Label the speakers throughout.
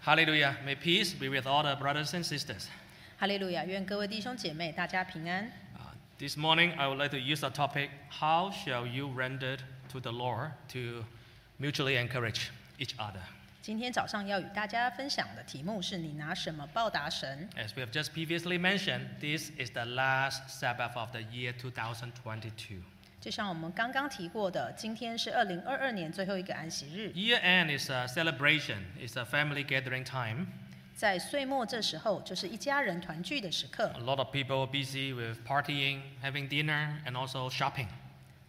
Speaker 1: Hallelujah. May peace be with all the brothers and sisters.
Speaker 2: 哈利路亚！愿各位弟兄姐妹大家平安。
Speaker 1: Uh, this morning, I would like to use the topic How shall you render to the Lord to mutually encourage each other?
Speaker 2: 今天早上要与大家分享的题目是你拿什么报答神？
Speaker 1: As we have just previously mentioned, this is the last Sabbath of the year 2022.
Speaker 2: 就像我们刚刚提过的，今天是二零二二年最后一个安息日，
Speaker 1: Year end is a celebration, it's a family gathering time.
Speaker 2: 在岁末这时候，就是一家人团聚的时刻。
Speaker 1: A lot of people are busy with partying, having dinner, and also shopping.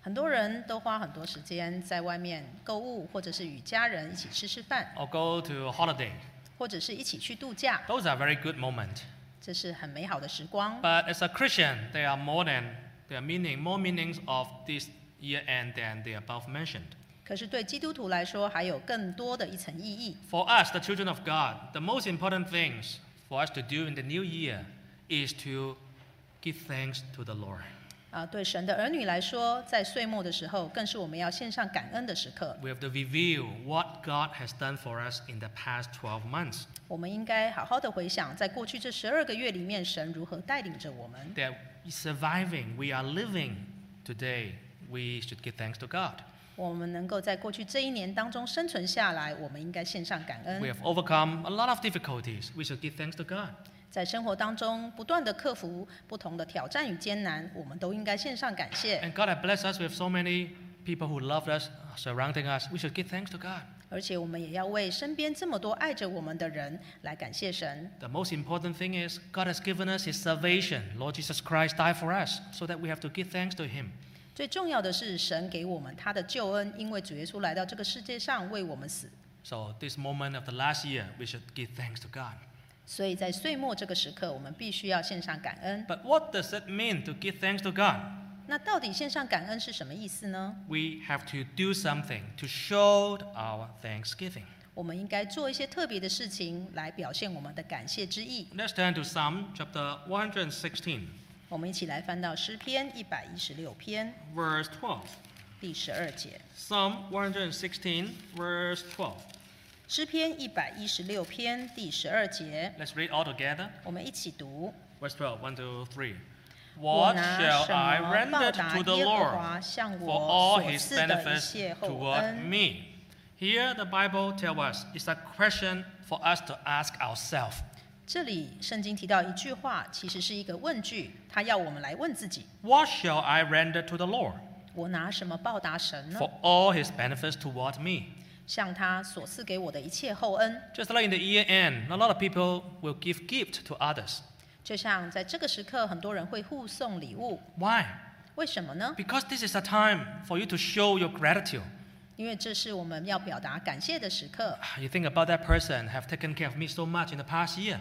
Speaker 2: 很多人都花很多时间在外面购物，或者是与家人一起吃吃饭，
Speaker 1: or go to holiday.
Speaker 2: 或者是一起去度假，
Speaker 1: Those are very good moments.
Speaker 2: 这是很美好的时光。
Speaker 1: But as a Christian, there are more than there are meaning more meanings of this year end than the above mentioned.
Speaker 2: 可是对基督徒来说，还有更多的一层意义。
Speaker 1: For us, the children of God, the most important things for us to do in the new year is to give thanks to the Lord.
Speaker 2: 啊，对神的儿女来说，在岁末的时候，更是我们要献上感恩的时刻。
Speaker 1: We have to review what God has done for us in the past 12 months
Speaker 2: 我们应该好好的回想，在过去这十二个月里面，神如何带领着我们。
Speaker 1: that surviving, we are living today. We should give thanks to God.
Speaker 2: 我们能够在过去这一年当中生存下来，我们应该献上感
Speaker 1: We
Speaker 2: 恩。
Speaker 1: have overcome a lot of difficulties. We should give thanks to God.
Speaker 2: 在生活当中不断的克服不同的挑战与艰难，我们都应该献上感谢。
Speaker 1: And God has blessed us with so many people who love us, surrounding us. We should give thanks to God.
Speaker 2: 而且我们也要为身边这么多爱着我们的人来感谢神。
Speaker 1: The most important thing is God has given us His salvation. Lord Jesus Christ died for us, so that we have to give thanks to Him.
Speaker 2: 最重要的是，神给我们他的救恩，因为主耶稣来到这个世界上为我们死。
Speaker 1: So this moment of the last year, we should give thanks to God.
Speaker 2: 所以在岁末这个时刻，我们必须要献上感恩。
Speaker 1: But what does it mean to give thanks to God?
Speaker 2: 那到底献上感恩是什么意思呢？
Speaker 1: We have to do something to show our thanksgiving.
Speaker 2: 我们应该做一些特别的事情来表现我们的感谢之意。
Speaker 1: Let's turn to Psalm chapter 116,
Speaker 2: 我们一起来翻到诗篇一百一十六篇
Speaker 1: verse 12.
Speaker 2: 第十二节。
Speaker 1: Psalm 116, verse 12.
Speaker 2: 诗篇一百一十六篇第十二节，
Speaker 1: Let's read all together.
Speaker 2: 我们一起读：
Speaker 1: Verse 12, 1, 2, 3.
Speaker 2: 我
Speaker 1: What
Speaker 2: 拿
Speaker 1: shall
Speaker 2: 什
Speaker 1: I
Speaker 2: 么
Speaker 1: render
Speaker 2: 报答
Speaker 1: to the
Speaker 2: 耶和
Speaker 1: Lord
Speaker 2: 华向
Speaker 1: for
Speaker 2: 我
Speaker 1: all
Speaker 2: 所
Speaker 1: his
Speaker 2: 赐的一
Speaker 1: benefits
Speaker 2: 切厚
Speaker 1: toward
Speaker 2: 恩？
Speaker 1: me? Here the Bible tells us it's a question for us to ask ourselves.
Speaker 2: 这里圣经提到一句话，其实是一个问句，他要我们来问自己：
Speaker 1: What shall I render to the Lord
Speaker 2: 我拿什么报答神呢？
Speaker 1: for all his benefits toward me?
Speaker 2: 向他所赐给我的一切厚恩，
Speaker 1: Just like in the year end, a lot of people will give gift to others.
Speaker 2: 就像在这个时刻，很多人会互送礼物，
Speaker 1: Why?
Speaker 2: 为什么呢？
Speaker 1: Because this is a time for you to show your gratitude.
Speaker 2: 因为这是我们要表达感谢的时刻。
Speaker 1: You think about that person have taken care of me so much in the past year.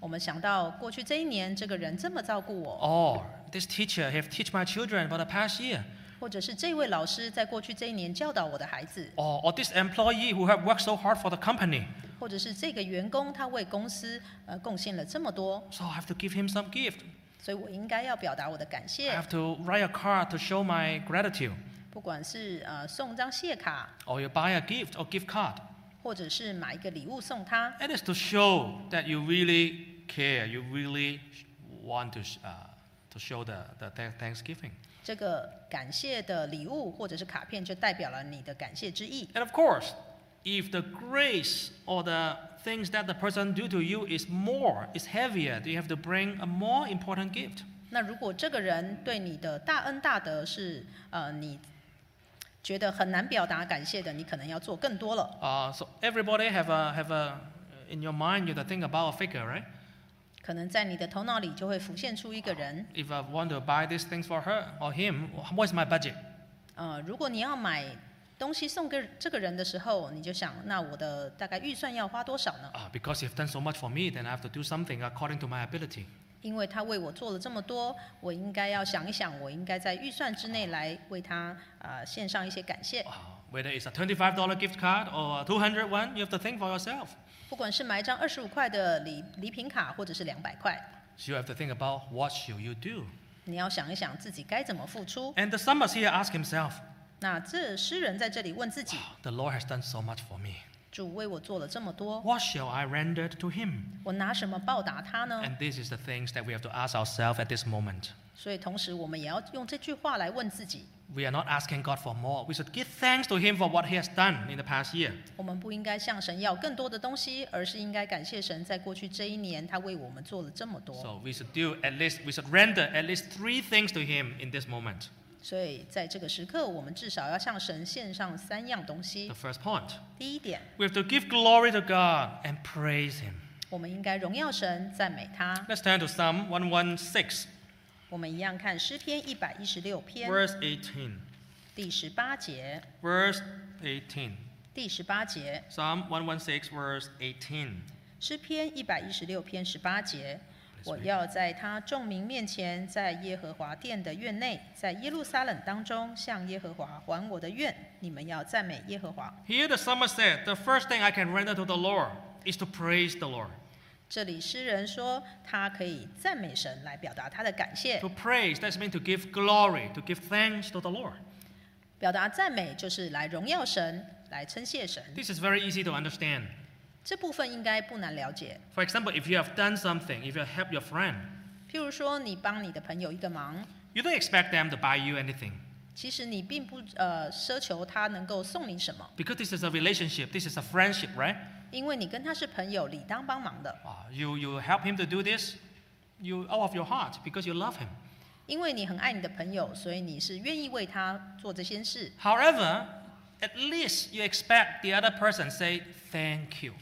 Speaker 2: 我们想到过去这一年，这个人这么照顾我，
Speaker 1: Or Oh, this teacher have teach my children for the past year.
Speaker 2: 或者是这位老师在过去这一年教导我的孩子，
Speaker 1: Or, Oh, or this employee who have worked so hard for the company.
Speaker 2: 或者是这个员工他为公司呃贡献了这么多，
Speaker 1: So I have to give him some gift.
Speaker 2: 所以我应该要表达我的感
Speaker 1: I
Speaker 2: 谢。
Speaker 1: have to write a card to show my gratitude.
Speaker 2: 不管是呃送张谢卡，
Speaker 1: Or you buy a gift or gift card.
Speaker 2: 或者是买一个礼物送他，
Speaker 1: It is to show that you really care. You really sh- want to, sh- uh, to show the, the thank- thanksgiving.
Speaker 2: 这个感谢的礼物或者是卡片就代表了你的感谢之意。
Speaker 1: And of course, if the grace or the things that the person do to you is more, is heavier, then you have to bring a more important gift.
Speaker 2: 那如果这个人对你的大恩大德是呃你觉得很难表达感谢的，你可能要做更多了。
Speaker 1: Uh, so everybody have a have a in your mind you have to think about a figure, right?
Speaker 2: 可能在你的头脑里就会浮现出一个人，
Speaker 1: If I want to buy these things for her or him, what's my budget?
Speaker 2: 呃，如果你要买东西送给这个人的时候，你就想，那我的大概预算要花多少呢？
Speaker 1: Uh, because you've done so much for me, then I have to do something according to my ability.
Speaker 2: 因为他为我做了这么多，我应该要想一想，我应该在预算之内来为他呃献上一些感谢
Speaker 1: Uh,。whether it's a twenty-five dollar gift card or a two hundred one, you have to think for yourself.
Speaker 2: 不管是买一张二十五块的礼礼品卡，或者是两百块，
Speaker 1: So you have to think about what should you do.
Speaker 2: 你要想一想自己该怎么付出。
Speaker 1: And the psalmist here asks himself,
Speaker 2: 那这诗人在这里问自己：
Speaker 1: 啊 The Lord has done so much for me.
Speaker 2: 主为我做了这么多，
Speaker 1: What shall I render to him?
Speaker 2: 我拿什么报答他呢？
Speaker 1: And this is the things that we have to ask ourselves at this moment.
Speaker 2: 所以同时我们也要用这句话来问自己：
Speaker 1: We are not asking God for more. We should give thanks to him for what he has done in the past year.
Speaker 2: 我们不应该向神要更多的东西，而是应该感谢神，在过去这一年他为我们做了这么多。
Speaker 1: So we should do at least we should render at least three things to him in this moment.
Speaker 2: 所以在这个时刻，我们至少要向神献上三样东西
Speaker 1: The。first point.
Speaker 2: 第一点，
Speaker 1: We have to give glory to God and praise him.
Speaker 2: 我们应该荣耀神，赞美他。
Speaker 1: Let's turn to Psalm 116,
Speaker 2: 我们一样看诗篇一百一十六篇
Speaker 1: verse 18.
Speaker 2: 第十八节。
Speaker 1: Verse 18.
Speaker 2: 第十八节，
Speaker 1: Psalm 116, verse 18.
Speaker 2: 诗篇一百一十六篇十八节，我要在他众民面前，在耶和华殿的院内，在耶路撒冷当中，向耶和华还我的愿。你们要赞美耶和华。
Speaker 1: Here the psalmist said, The first thing I can render to the Lord is to praise the Lord.
Speaker 2: 这里诗人说，他可以赞美神来表达他的感谢
Speaker 1: To，praise, that's mean to give glory, to give thanks to the Lord.
Speaker 2: 表达赞美就是来荣耀神，来称谢神。
Speaker 1: This is very easy to understand.
Speaker 2: 这部分应该不难了解。
Speaker 1: For example, if you have done something, if you have helped your friend,
Speaker 2: 譬如说，你帮你的朋友一个忙，
Speaker 1: you don't expect them to buy you anything.
Speaker 2: 其实你并不呃奢求他能够送你什么，
Speaker 1: Because this is a relationship, this is a friendship, right?
Speaker 2: 因为你跟他是朋友，理当帮忙的。
Speaker 1: Uh, you, you help him to do this, you out of your heart because you love him.
Speaker 2: 因为你很爱你的朋友，所以你是愿意为他做这些事。
Speaker 1: However, at least you expect the other person say thank you.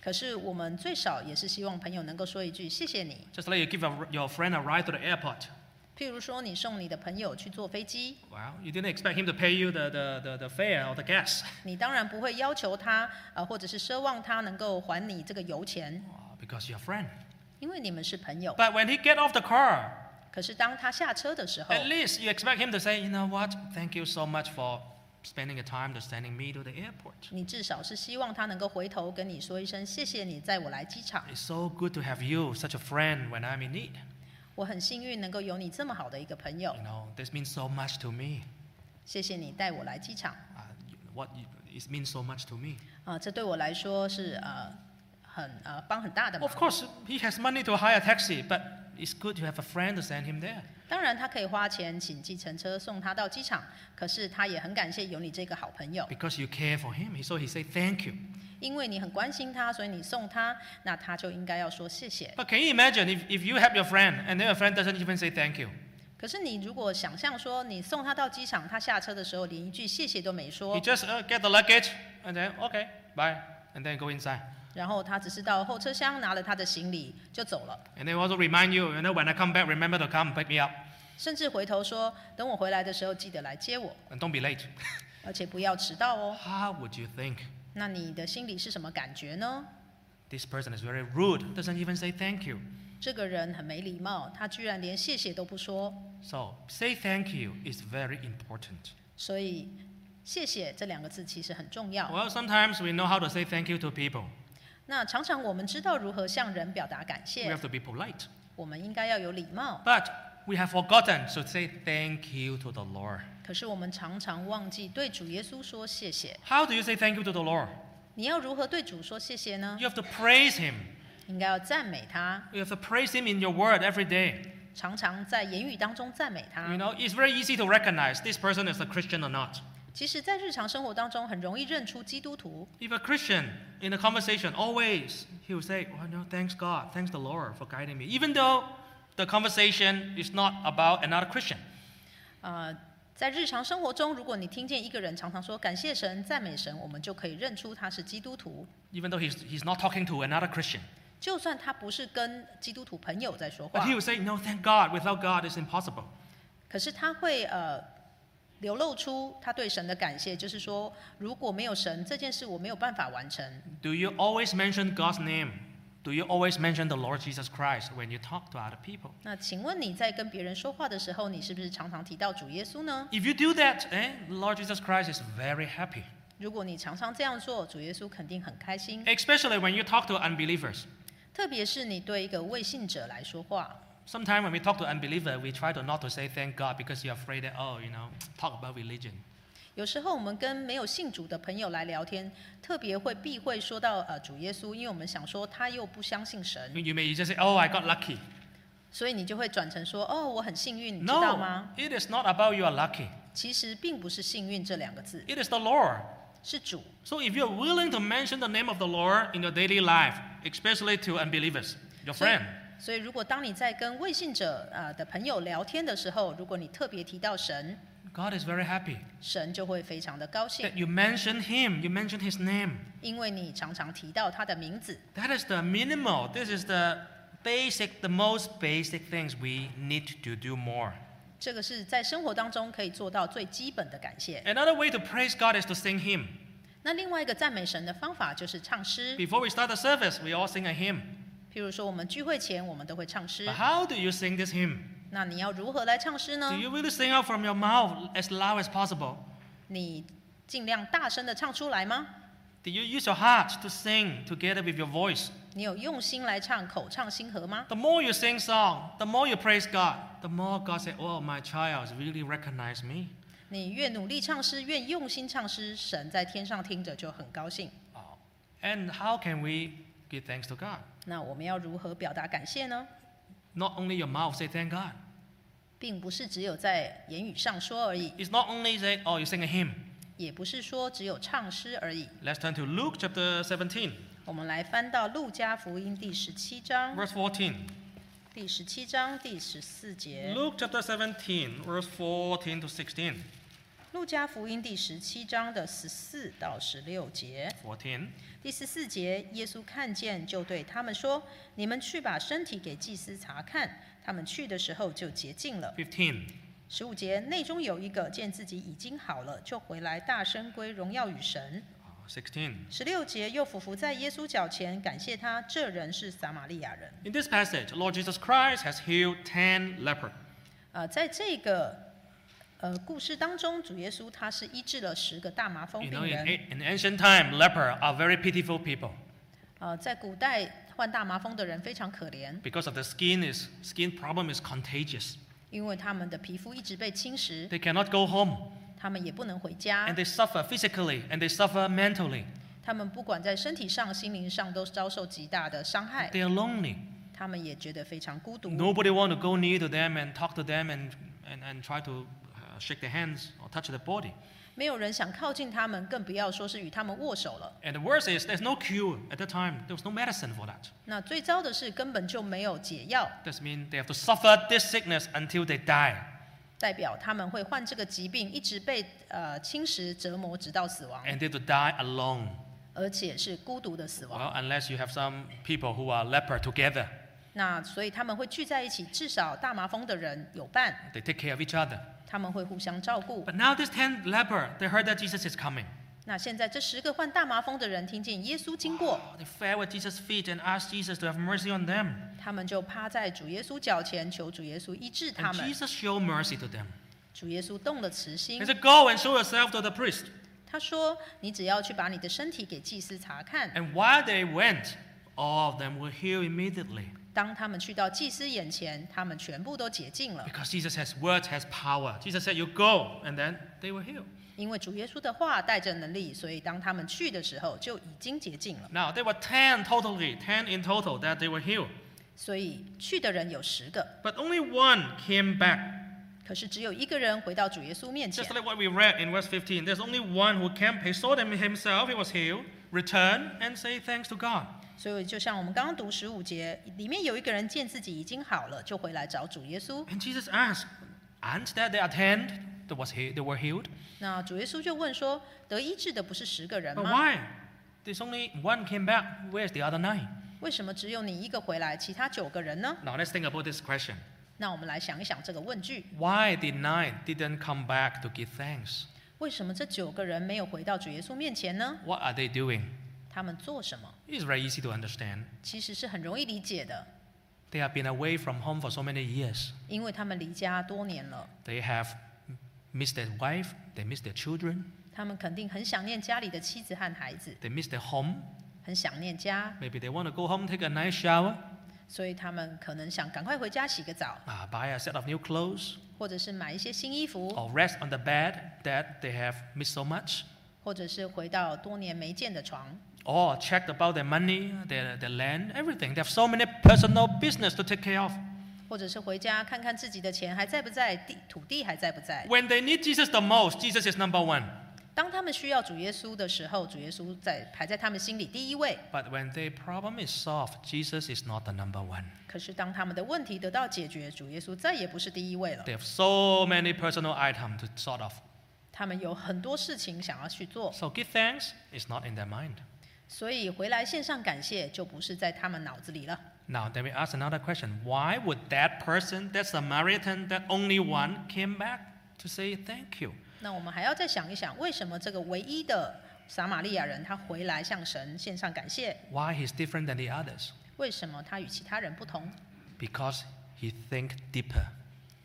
Speaker 2: 可是我们最少也是希望朋友能够说一句谢谢你。
Speaker 1: Just like you give a, your friend a ride to the airport.
Speaker 2: 譬如说，你送你的朋友去坐飞机，
Speaker 1: Well, you didn't expect him to pay you the, the, the, the fare or the gas
Speaker 2: 你当然不会要求他，呃，或者是奢望他能够还你这个油钱，
Speaker 1: uh, because you're a friend.
Speaker 2: 因为你们是朋友。
Speaker 1: But when he get off the car,
Speaker 2: 可是当他下车的时候，
Speaker 1: at least you expect him to say, you know what, thank you so much for spending the time to sending me to the airport.
Speaker 2: 你至少是希望他能够回头跟你说一声谢谢你载我来机场。
Speaker 1: It's so good to have you, such a friend, when I'm in need.
Speaker 2: 我很幸运能够有你这么好的一个朋友
Speaker 1: You，know, this means so much to me.
Speaker 2: 谢谢你带我来机场。
Speaker 1: Uh, you- what you, it means so much to me.
Speaker 2: 啊、这对我来说是呃很呃帮很大的忙
Speaker 1: Of。course, he has money to hire a taxi, but it's good to have a friend to send him there.
Speaker 2: 当然，他可以花钱请计程车送他到机场，可是他也很感谢有你这个好朋友，
Speaker 1: Because you care for him, so he say thank you.
Speaker 2: 因为你很关心他，所以你送他，那他就应该要说谢谢。
Speaker 1: But can you imagine if, if you help your friend and then your friend doesn't even say thank you?
Speaker 2: 可是你如果想象说你送他到机场，他下车的时候连一句谢谢都没
Speaker 1: He
Speaker 2: 说，
Speaker 1: just uh, get the luggage and then okay, bye, and then go inside.
Speaker 2: 然后他只是到后车厢拿了他的行李就走了，
Speaker 1: And they also remind you, you know, when I come back, remember to come pick me up
Speaker 2: 甚至回头说等我回来的时候记得来接我，
Speaker 1: and don't be late.
Speaker 2: 而且不要迟到哦。
Speaker 1: How would you think?
Speaker 2: 那你的心里是什么感觉呢？
Speaker 1: This person is very rude, doesn't even say thank you.
Speaker 2: 这个人很没礼貌，他居然连谢谢都不说。
Speaker 1: So say thank you is very important.
Speaker 2: 所以，谢谢这两个字其实很重要。
Speaker 1: Well, sometimes we know how to say thank you to people.
Speaker 2: 那常常我们知道如何向人表达感
Speaker 1: We
Speaker 2: 谢
Speaker 1: have，to be polite.
Speaker 2: 我们应该要有礼貌。
Speaker 1: But we have forgotten to say thank you to the Lord.
Speaker 2: 可是我们常常忘记对主耶稣说谢谢。
Speaker 1: How do you say thank you to the Lord?
Speaker 2: 你要如何对主说谢谢呢？
Speaker 1: You have to praise Him.
Speaker 2: 应该要赞美他，
Speaker 1: You have to praise Him in your word every day.
Speaker 2: 常常在言语当中赞美
Speaker 1: You
Speaker 2: 他。
Speaker 1: know, it's very easy to recognize this person is a Christian or not.
Speaker 2: 其实，在日常生活当中，很容易认出基督徒。
Speaker 1: If a Christian in a conversation always he will say, "Oh no, thanks God, thanks the Lord for guiding me," even though the conversation is not about another Christian.
Speaker 2: 呃，在日常生活中，如果你听见一个人常常说感谢神、赞美神，我们就可以认出他是基督徒。
Speaker 1: Even though he's, he's not talking to another Christian.
Speaker 2: 就算他不是跟基督徒朋友在说
Speaker 1: But
Speaker 2: 话
Speaker 1: he，will say, No, thank God, without God it's impossible.
Speaker 2: 可是他会呃流露出他对神的感谢，就是说，如果没有神这件事，我没有办法完成。
Speaker 1: Do you always mention God's name? Do you always mention the Lord Jesus Christ when you talk to other people?
Speaker 2: 那请问你在跟别人说话的时候，你是不是常常提到主耶稣呢？
Speaker 1: If you do that, eh, Lord Jesus Christ is very happy.
Speaker 2: 如果你常常这样做，主耶稣肯定很开心。
Speaker 1: Especially when you talk to unbelievers.
Speaker 2: 特别是你对一个未信者来说话，
Speaker 1: Sometimes when we talk to unbelievers, we try to not to say thank God because you're afraid that, oh, you know, talk about religion.
Speaker 2: 有时候我们跟没有信主的朋友来聊天，特别会避讳说到呃主耶稣，因为我们想说他又不相信神，
Speaker 1: You may just say, "Oh, I got lucky."
Speaker 2: 所以你就会转成说哦我很幸运，你知道
Speaker 1: No,
Speaker 2: 吗？
Speaker 1: it is not about you are lucky.
Speaker 2: 其实并不是幸运这两个字，
Speaker 1: It is the Lord.
Speaker 2: 是主。
Speaker 1: So if you're willing to mention the name of the Lord in your daily life, especially to unbelievers, your
Speaker 2: 所以
Speaker 1: friend,，
Speaker 2: 所以如果当你在跟未信者呃的朋友聊天的时候，如果你特别提到神，
Speaker 1: God is very happy
Speaker 2: 神就会非常的高兴
Speaker 1: that，you mentioned Him. You mentioned His name.
Speaker 2: 因为你常常提到他的名字。
Speaker 1: That is the minimal. This is the basic, the most basic things we need to do more.
Speaker 2: 这个是在生活当中可以做到最基本的感谢。
Speaker 1: Another way to praise God is to sing hymn.
Speaker 2: 那另外一个赞美神的方法就是唱诗，
Speaker 1: Before we start the service, we all sing a hymn.
Speaker 2: 譬如说我们聚会前我们都会唱诗
Speaker 1: But，how do you sing this hymn?
Speaker 2: 那你要如何来唱诗呢
Speaker 1: Do？you really sing out from your mouth as loud as possible?
Speaker 2: 你尽量大声的唱出来吗？
Speaker 1: Do you use your heart to sing together with your voice?
Speaker 2: 你有用心来唱，口唱心和吗？
Speaker 1: The more you sing song, the more you praise God, the more God said, Oh, my child really recognized me.
Speaker 2: 你越努力唱诗，越用心唱诗，神在天上听着就很高兴。
Speaker 1: Oh. And how can we give thanks to God?
Speaker 2: 那我们要如何表达感谢呢？
Speaker 1: Not only your mouth say thank God.
Speaker 2: 并不是只有在言语上说而已，
Speaker 1: It's not only say, oh, you sing a hymn.
Speaker 2: 也不是说只有唱诗而已。
Speaker 1: Let's turn to Luke chapter 17,
Speaker 2: 我们来翻到路加福音第十七章，
Speaker 1: verse 14.
Speaker 2: 第十七章第十四节。
Speaker 1: Luke chapter 17, verse 14 to 16.
Speaker 2: 路加福音第十七章的十四到十六节，
Speaker 1: 14.
Speaker 2: 第十四节，耶稣看见，就对他们说：“你们去把身体给祭司查看。”他们去的时候就洁净了。
Speaker 1: 15.
Speaker 2: 十五节，内中有一个见自己已经好了，就回来大声归荣耀与神。
Speaker 1: uh, 16.
Speaker 2: 十六节，又俯伏在耶稣脚前，感谢他，这人是撒玛利亚人。
Speaker 1: In this passage, Lord Jesus Christ has healed 10 leper.
Speaker 2: 呃，在这个呃故事当中，主耶稣他是医治了十个大麻风
Speaker 1: You
Speaker 2: 病
Speaker 1: know, in,
Speaker 2: 人。
Speaker 1: a- in ancient time, leper are very pitiful people
Speaker 2: 呃，在古代患大麻风的人非常可怜，
Speaker 1: because of the skin is skin problem is contagious.
Speaker 2: 因为他们的皮肤一直被侵蚀，
Speaker 1: They cannot go home,
Speaker 2: 他们也不能回
Speaker 1: and
Speaker 2: 家，
Speaker 1: they suffer physically and they suffer mentally.
Speaker 2: 他们不管在身体上、心灵上都遭受极大的伤害，
Speaker 1: They are lonely.
Speaker 2: 他们也觉得非常孤独。
Speaker 1: Nobody want to go near to them and talk to them and, and, and try to uh, shake their hands or touch their body.
Speaker 2: 没有人想靠近他们，更不要说是与他们握手了。
Speaker 1: And the worst is there's no cure at that time. There was no medicine for that.
Speaker 2: 那最糟的是，根本就没有解药，
Speaker 1: That means they have to suffer this sickness until they die.
Speaker 2: 代表他们会患这个疾病，一直被呃侵蚀、折磨，直到死亡，
Speaker 1: And they have to die alone.
Speaker 2: 而且是孤独的死亡。
Speaker 1: Well, unless you have some people who are leper together.
Speaker 2: 那所以他们会聚在一起，至少大麻风的人有伴，
Speaker 1: They take care of each other.
Speaker 2: 他们会互相照顾。
Speaker 1: But now these 10 leper, they heard that Jesus is coming.
Speaker 2: 那现在这十个患大麻风的人听见耶稣经过，
Speaker 1: Oh, they fell at Jesus' feet and asked Jesus to have mercy on them.
Speaker 2: 他们就趴在主耶稣脚前求主耶稣医治他
Speaker 1: And
Speaker 2: 们。
Speaker 1: Jesus showed mercy to them.
Speaker 2: 主耶稣动了慈心
Speaker 1: He，said, go and show yourself to the priest.
Speaker 2: 他说：“你只要去把你的身体给祭司查看。
Speaker 1: And while they went, all of them were healed immediately ”
Speaker 2: 当他们去到祭司眼前，他们全部都洁净了，
Speaker 1: because Jesus' has word has power. Jesus said, "You go," and then they were healed.
Speaker 2: 因为主耶稣的话带着能力，所以当他们去的时候就已经洁净了。
Speaker 1: Now there were ten totally, ten in total that they were healed,
Speaker 2: 所以去的人有十个，
Speaker 1: but only one came back.
Speaker 2: 可是只有一个人回到主耶稣面前
Speaker 1: Just。like what we read in verse 15, there's only one who came. He saw them himself. He was healed. Return and say thanks to God.
Speaker 2: 所以，就像我们刚刚读十五节，里面有一个人见自己已经好了，就回来找主耶稣。
Speaker 1: And Jesus asked, "Aren't there they attend? That was he- they were healed.
Speaker 2: 那主耶稣就问说：“得医治的不是十个人
Speaker 1: But
Speaker 2: 吗？
Speaker 1: why? There's only one came back. Where's the other nine?
Speaker 2: 为什么只有你一个回来，其他九个人呢
Speaker 1: Now let's think about this question."
Speaker 2: 那我们来想一想这个问句：
Speaker 1: Why did nine didn't come back to give thanks?
Speaker 2: 为什么这九个人没有回到主耶稣面前呢？
Speaker 1: What are they doing?
Speaker 2: 他们做什么？
Speaker 1: It's very easy to understand.
Speaker 2: 其实是很容易理解的，
Speaker 1: They have been away from home for so many years.
Speaker 2: 因为他们离家多年了，
Speaker 1: They have missed their wife, they miss their children,
Speaker 2: 他们肯定很想念家里的妻子和孩子，
Speaker 1: they miss their home.
Speaker 2: 很想念家。
Speaker 1: Maybe they want to go home, take a nice shower.
Speaker 2: 所以他们可能想赶快回家洗个澡，
Speaker 1: uh, buy a set of new clothes,
Speaker 2: 或者是买一些新衣服，
Speaker 1: or rest on the bed that they have missed so much,
Speaker 2: 或者是回到多年没见的床，
Speaker 1: or check about their money, their, their land, everything. They have so many personal business to take care of.
Speaker 2: 或者是回家看看自己的钱还在不在，地土地还在不在。
Speaker 1: When they need Jesus the most, Jesus is number one.
Speaker 2: 当他们需要主耶稣的时候，主耶稣在排在他们心里第一位。
Speaker 1: But when their problem is solved, Jesus is not the number one.
Speaker 2: 可是当他们的问题得到解决，主耶稣再也不是第一位了
Speaker 1: They。have so many personal items to sort of.
Speaker 2: 他们有很多事情想要去做，
Speaker 1: So give thanks is not in their mind.
Speaker 2: 所以回来献上感谢就不是在他们脑子里了。
Speaker 1: Now, then we ask another question. Why would that person, that Samaritan, that only one, came back to say thank you?
Speaker 2: 那我们还要再想一想，为什么这个唯一的撒玛利亚人他回来向神献上感谢？
Speaker 1: Why he's different than the others?
Speaker 2: 为什么他与其他人不同？
Speaker 1: Because he think deeper.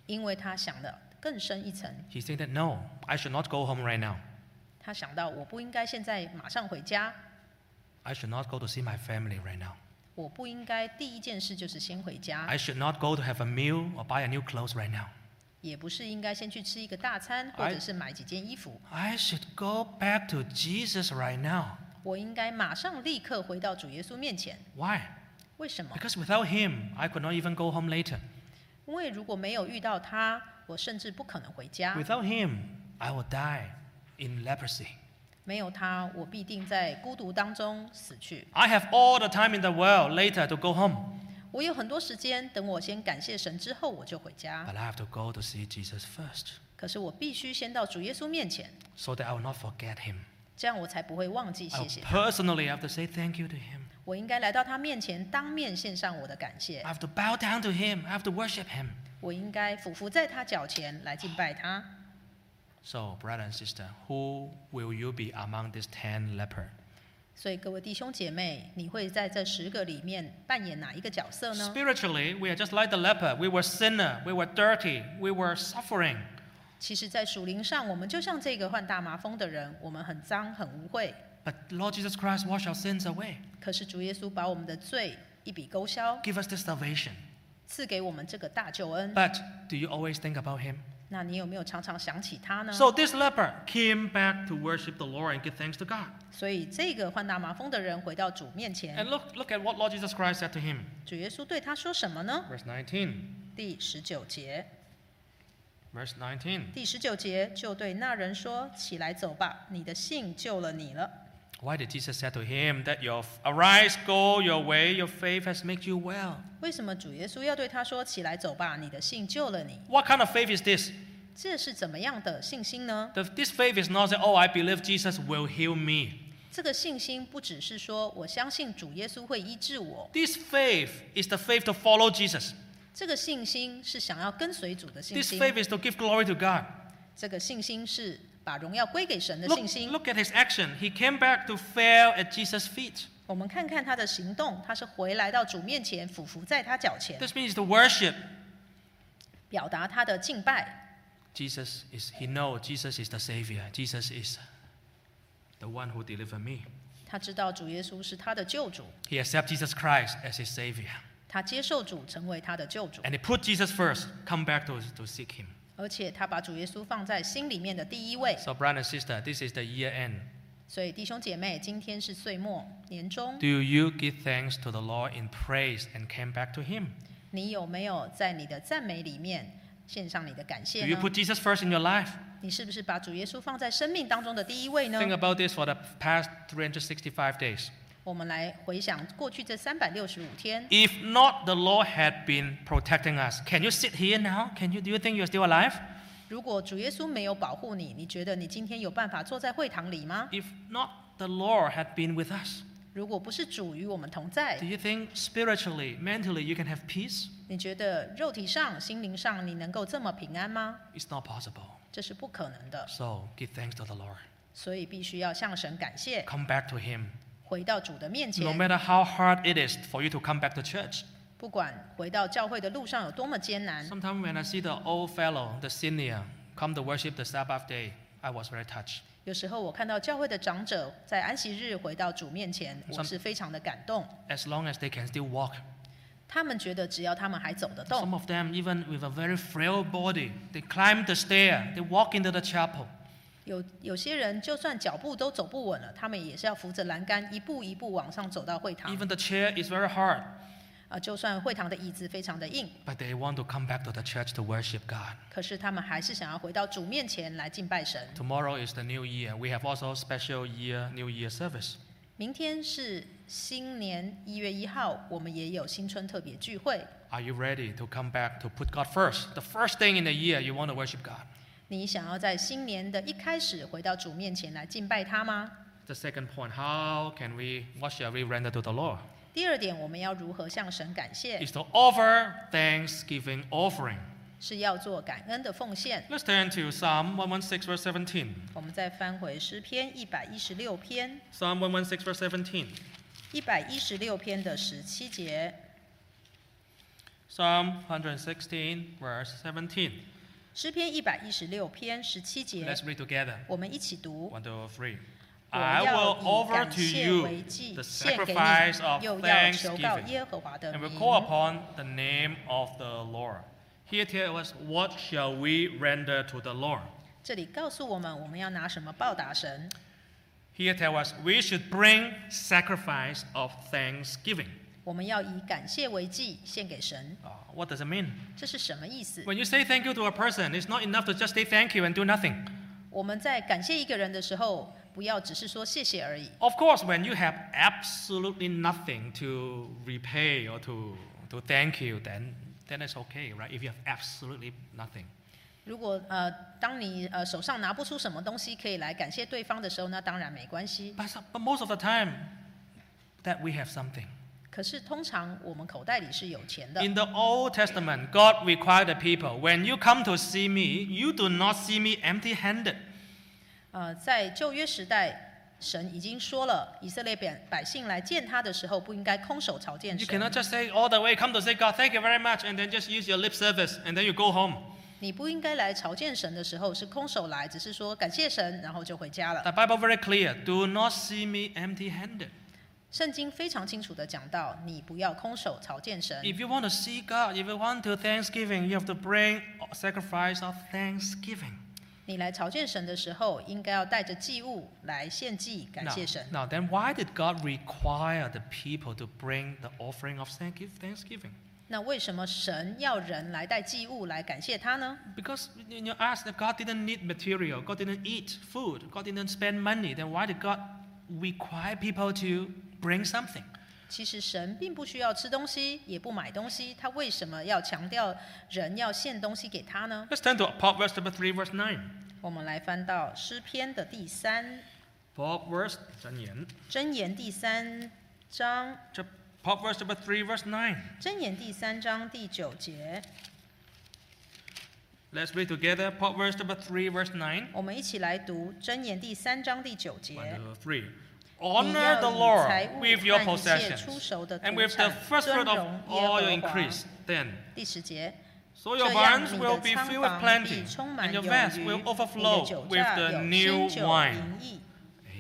Speaker 2: 因为他想的更深一层，
Speaker 1: He think that, no, I should not go home right now.
Speaker 2: 他想到我不应该现在马上回家，
Speaker 1: I should not go to see my family right now.
Speaker 2: 我不应该第一件事就是先回家，
Speaker 1: I should not go to have a meal or buy a new clothes right now.
Speaker 2: 也不是应该先去吃一个大餐，或者是买几件衣服，
Speaker 1: I should go back to Jesus right now.
Speaker 2: 我应该马上立刻回到主耶稣面前。
Speaker 1: Why?
Speaker 2: 为什么？
Speaker 1: Because without him, I could not even go home later.
Speaker 2: 因为如果没有遇到他，我甚至不可能回家。
Speaker 1: Without him, I will die in leprosy.
Speaker 2: 没有他，我必定在孤独当中死去。
Speaker 1: I have all the time in the world later to go home,
Speaker 2: 我有很多时间，等我先感谢神之后，我就回家。
Speaker 1: but I have to go to see Jesus first
Speaker 2: 可是我必须先到主耶稣面前，
Speaker 1: so that I will not forget him.
Speaker 2: 这样我才不会忘记
Speaker 1: I
Speaker 2: 谢
Speaker 1: will
Speaker 2: 谢。
Speaker 1: personally have to say thank you to him.
Speaker 2: 我应该来到他面前，当面献上我的感
Speaker 1: I
Speaker 2: 谢。
Speaker 1: have to bow down to him. I have to worship him.
Speaker 2: 我应该俯伏在他脚前来敬拜他。
Speaker 1: So, brother and sister, who will you be among these 10 leper?
Speaker 2: 所以各位弟兄姐妹，你会在这十个里面扮演哪一个角色呢？
Speaker 1: Spiritually, we are just like the leper. We were sinner, we were dirty, we were suffering.
Speaker 2: 其实，在属灵上，我们就像这个患大麻风的人，我们很脏很污秽，
Speaker 1: But Lord Jesus Christ washed our sins away.
Speaker 2: 可是主耶稣把我们的罪一笔勾销，
Speaker 1: Give us this salvation.
Speaker 2: 赐给我们这个大救恩。
Speaker 1: But do you always think about him?
Speaker 2: 那你有没有常常想起他呢？
Speaker 1: So this leper came back to worship the Lord and give thanks to God.
Speaker 2: 所以这个患大麻风的人回到主面前，
Speaker 1: And look, look at what Lord Jesus Christ said to him.
Speaker 2: 主耶稣对他说什么呢？
Speaker 1: Verse 19.
Speaker 2: 第十九节，
Speaker 1: Verse 19.
Speaker 2: 第十九节就对那人说：“起来走吧，你的信救了你了。
Speaker 1: Why did Jesus say to him that your arise, go your way, your faith has made you well? ”
Speaker 2: 为什么主耶稣要对他说：“起来走吧，你的信救了你
Speaker 1: What kind of faith is this?？”
Speaker 2: 这是怎么样的信心呢？
Speaker 1: The, this faith is not that, oh, I believe Jesus will heal me.
Speaker 2: 这个信心不只是说我相信主耶稣会医治我，
Speaker 1: This faith is the faith to follow Jesus.
Speaker 2: 这个信心是想要跟随主的信
Speaker 1: This
Speaker 2: 心，
Speaker 1: faith is to give glory to God.
Speaker 2: 这个信心是把荣耀归给神的
Speaker 1: Look,
Speaker 2: 信心。
Speaker 1: look at his action. He came back to fail at Jesus' feet.
Speaker 2: 我们看看他的行动，他是回来到主面前，俯伏在他脚前，
Speaker 1: This means to worship.
Speaker 2: 表达他的敬拜。
Speaker 1: Jesus is, he know Jesus is the Savior. Jesus is the one who delivered me.
Speaker 2: 他知道主耶稣是他的救主，
Speaker 1: He accept Jesus Christ as his Savior.
Speaker 2: 他接受主成为他的救主，
Speaker 1: And he put Jesus first, come back to, to seek him.
Speaker 2: 而且他把主耶稣放在心里面的第一位。
Speaker 1: So, brother and sister, this is the year end.
Speaker 2: 所以弟兄姐妹，今天是岁末年终，
Speaker 1: Do you give thanks to the Lord in praise and came back to him?
Speaker 2: 你有没有在你的赞美里面献上你的感谢
Speaker 1: Do you
Speaker 2: 呢？
Speaker 1: put Jesus first in your life?
Speaker 2: 你是不是把主耶稣放在生命当中的第一位呢？
Speaker 1: Think about this for the past 365 days.
Speaker 2: 我们来回想过去这三百六十五天，
Speaker 1: If not the Lord had been protecting us, can you sit here now? Can you do you think you're still alive?
Speaker 2: 如果主耶稣没有保护你，你觉得你今天有办法坐在会堂里吗？
Speaker 1: If not the Lord had been with us,
Speaker 2: 如果不是主与我们同
Speaker 1: do
Speaker 2: 在，
Speaker 1: you think spiritually, mentally you can have peace?
Speaker 2: 你觉得肉体上、心灵上你能够这么平安吗？
Speaker 1: It's not possible.
Speaker 2: 这是不可能的，
Speaker 1: So give thanks to the Lord.
Speaker 2: 所以必须要向神感谢，
Speaker 1: Come back to Him.
Speaker 2: 回到主的面
Speaker 1: No
Speaker 2: 前。
Speaker 1: matter how hard it is for you to come back to church.
Speaker 2: 不管回到教会的路上有多么艰难，
Speaker 1: Sometimes when I see the old fellow, the senior, come to worship the Sabbath day, I was very touched.
Speaker 2: 有时候我看到教会的长者在安息日回到主面前，我是非常的感动。
Speaker 1: As long as they can still walk,
Speaker 2: 他他们觉得只要他们还走得动，
Speaker 1: Some of them, even with a very frail body, they climb the stair, they walk into the chapel.
Speaker 2: 有有些人就算脚步都走不稳了，他们也是要扶着栏杆一步一步往上走到会堂。
Speaker 1: Even the chair is very hard,
Speaker 2: 啊，就算会堂的椅子非常的硬，
Speaker 1: but they want to come back to the church to worship God.
Speaker 2: 可是他们还是想要回到主面前来敬拜神。
Speaker 1: Tomorrow is the new year. We have also special year New Year service.
Speaker 2: 明天是新年一月一号，我们也有新春特别聚会。
Speaker 1: Are you ready to come back to put God first? The first thing in the year you want to worship God.
Speaker 2: 你想要在新年的一开始回到主面前来敬拜他吗？
Speaker 1: The second point, how can we what shall we render to the Lord?
Speaker 2: 第二点，我们要如何向神感谢？
Speaker 1: Is to offer thanksgiving offering.
Speaker 2: 是要做感恩的奉献。
Speaker 1: Let's turn to Psalm 116 verse 17.
Speaker 2: 我们再翻回诗篇一百一十六篇，
Speaker 1: Psalm 116 verse 17.
Speaker 2: 一百一十六篇的十七节，
Speaker 1: Psalm 116 verse 17.
Speaker 2: 诗篇一百一十六篇十七节，
Speaker 1: Let's read together.
Speaker 2: 我们一起读。
Speaker 1: One, two, three.
Speaker 2: 我
Speaker 1: I
Speaker 2: 要
Speaker 1: will
Speaker 2: 以
Speaker 1: offer
Speaker 2: 感
Speaker 1: to
Speaker 2: 谢为
Speaker 1: you
Speaker 2: 祭
Speaker 1: the
Speaker 2: 献给
Speaker 1: sacrifice of
Speaker 2: 你，又要求告
Speaker 1: thanksgiving.
Speaker 2: 耶和华的
Speaker 1: And
Speaker 2: 名
Speaker 1: we。call upon the name of the Lord. Here tell us, what shall we render to the Lord?
Speaker 2: 这里告诉我们，我们要拿什么报答神？
Speaker 1: Here tell us, we should bring sacrifice of thanksgiving.
Speaker 2: 我们要以感谢为祭献给神，
Speaker 1: Uh, what does it mean?
Speaker 2: 这是什么意思？
Speaker 1: When you say thank you to a person, it's not enough to just say thank you and do nothing.
Speaker 2: 我们在感谢一个人的时候，不要只是说谢谢而已。
Speaker 1: Of course, when you have absolutely nothing to repay or to, to thank you, then, then it's okay, right? If you have absolutely nothing.
Speaker 2: 如果呃，当你呃手上拿不出什么东西可以来感谢对方的时候，那当然没关系。
Speaker 1: But, some- but most of the time, that we have something.
Speaker 2: 可是通常我们口袋里是有钱的。
Speaker 1: In the Old Testament, God required the people, when you come to see me, you do not see me empty handed.
Speaker 2: 呃，在旧约时代，神已经说了，以色列百百姓来见他的时候，不应该空手朝见
Speaker 1: You
Speaker 2: 神。
Speaker 1: cannot just say all the way, come to say, God, thank you very much, and then just use your lip service, and then you go home.
Speaker 2: 你不应该来朝见神的时候是空手来，只是说感谢神，然后就回家了。
Speaker 1: The Bible very clear do not see me empty handed.
Speaker 2: 圣经非常清楚的讲到，你不要空手朝见神。
Speaker 1: If you want to see God, if you want to thanksgiving, you have to bring sacrifice of thanksgiving.
Speaker 2: 你来朝见神的时候，应该要带着祭物来献祭，感
Speaker 1: Now,
Speaker 2: 谢神。
Speaker 1: now, then why did God require the people to bring the offering of thank- thanksgiving?
Speaker 2: 那为什么神要人来带祭物来感谢他呢？
Speaker 1: Because when you ask that God didn't need material, God didn't eat food, God didn't spend money, then why did God require people to bring something?
Speaker 2: 其实神并不需要吃东西，也不买东西，他为什么要强调人要献东西给他呢？
Speaker 1: Let's turn to Proverbs chapter 3, verse 9.
Speaker 2: 我们来翻到诗篇的第三
Speaker 1: Proverbs, 箴言,
Speaker 2: 箴言第三章，
Speaker 1: chap- Proverbs chapter 3, verse 9.
Speaker 2: 箴言第三章第九节，
Speaker 1: Let's read together Proverbs chapter 3, verse 9.
Speaker 2: 我们一起来读箴言第三章第九
Speaker 1: One,
Speaker 2: 节。
Speaker 1: two, three.
Speaker 2: 你
Speaker 1: Honor
Speaker 2: 要
Speaker 1: the
Speaker 2: 以
Speaker 1: Lord
Speaker 2: 财物
Speaker 1: with your
Speaker 2: 和一切
Speaker 1: possessions
Speaker 2: 出手的
Speaker 1: and
Speaker 2: 土
Speaker 1: with the
Speaker 2: 产
Speaker 1: first
Speaker 2: 尊
Speaker 1: fruit of
Speaker 2: 荣耶
Speaker 1: all your
Speaker 2: 和华。
Speaker 1: increase. Then
Speaker 2: 第十节，
Speaker 1: So your
Speaker 2: 这样
Speaker 1: barns
Speaker 2: 你
Speaker 1: will
Speaker 2: 的
Speaker 1: be
Speaker 2: 仓
Speaker 1: filled with
Speaker 2: 房
Speaker 1: plenty,
Speaker 2: 必充满
Speaker 1: and
Speaker 2: 有
Speaker 1: your
Speaker 2: 余，你
Speaker 1: vats will
Speaker 2: 的
Speaker 1: overflow
Speaker 2: 酒
Speaker 1: with
Speaker 2: 榨
Speaker 1: the
Speaker 2: 有
Speaker 1: new
Speaker 2: 新酒
Speaker 1: wine.
Speaker 2: 盈溢。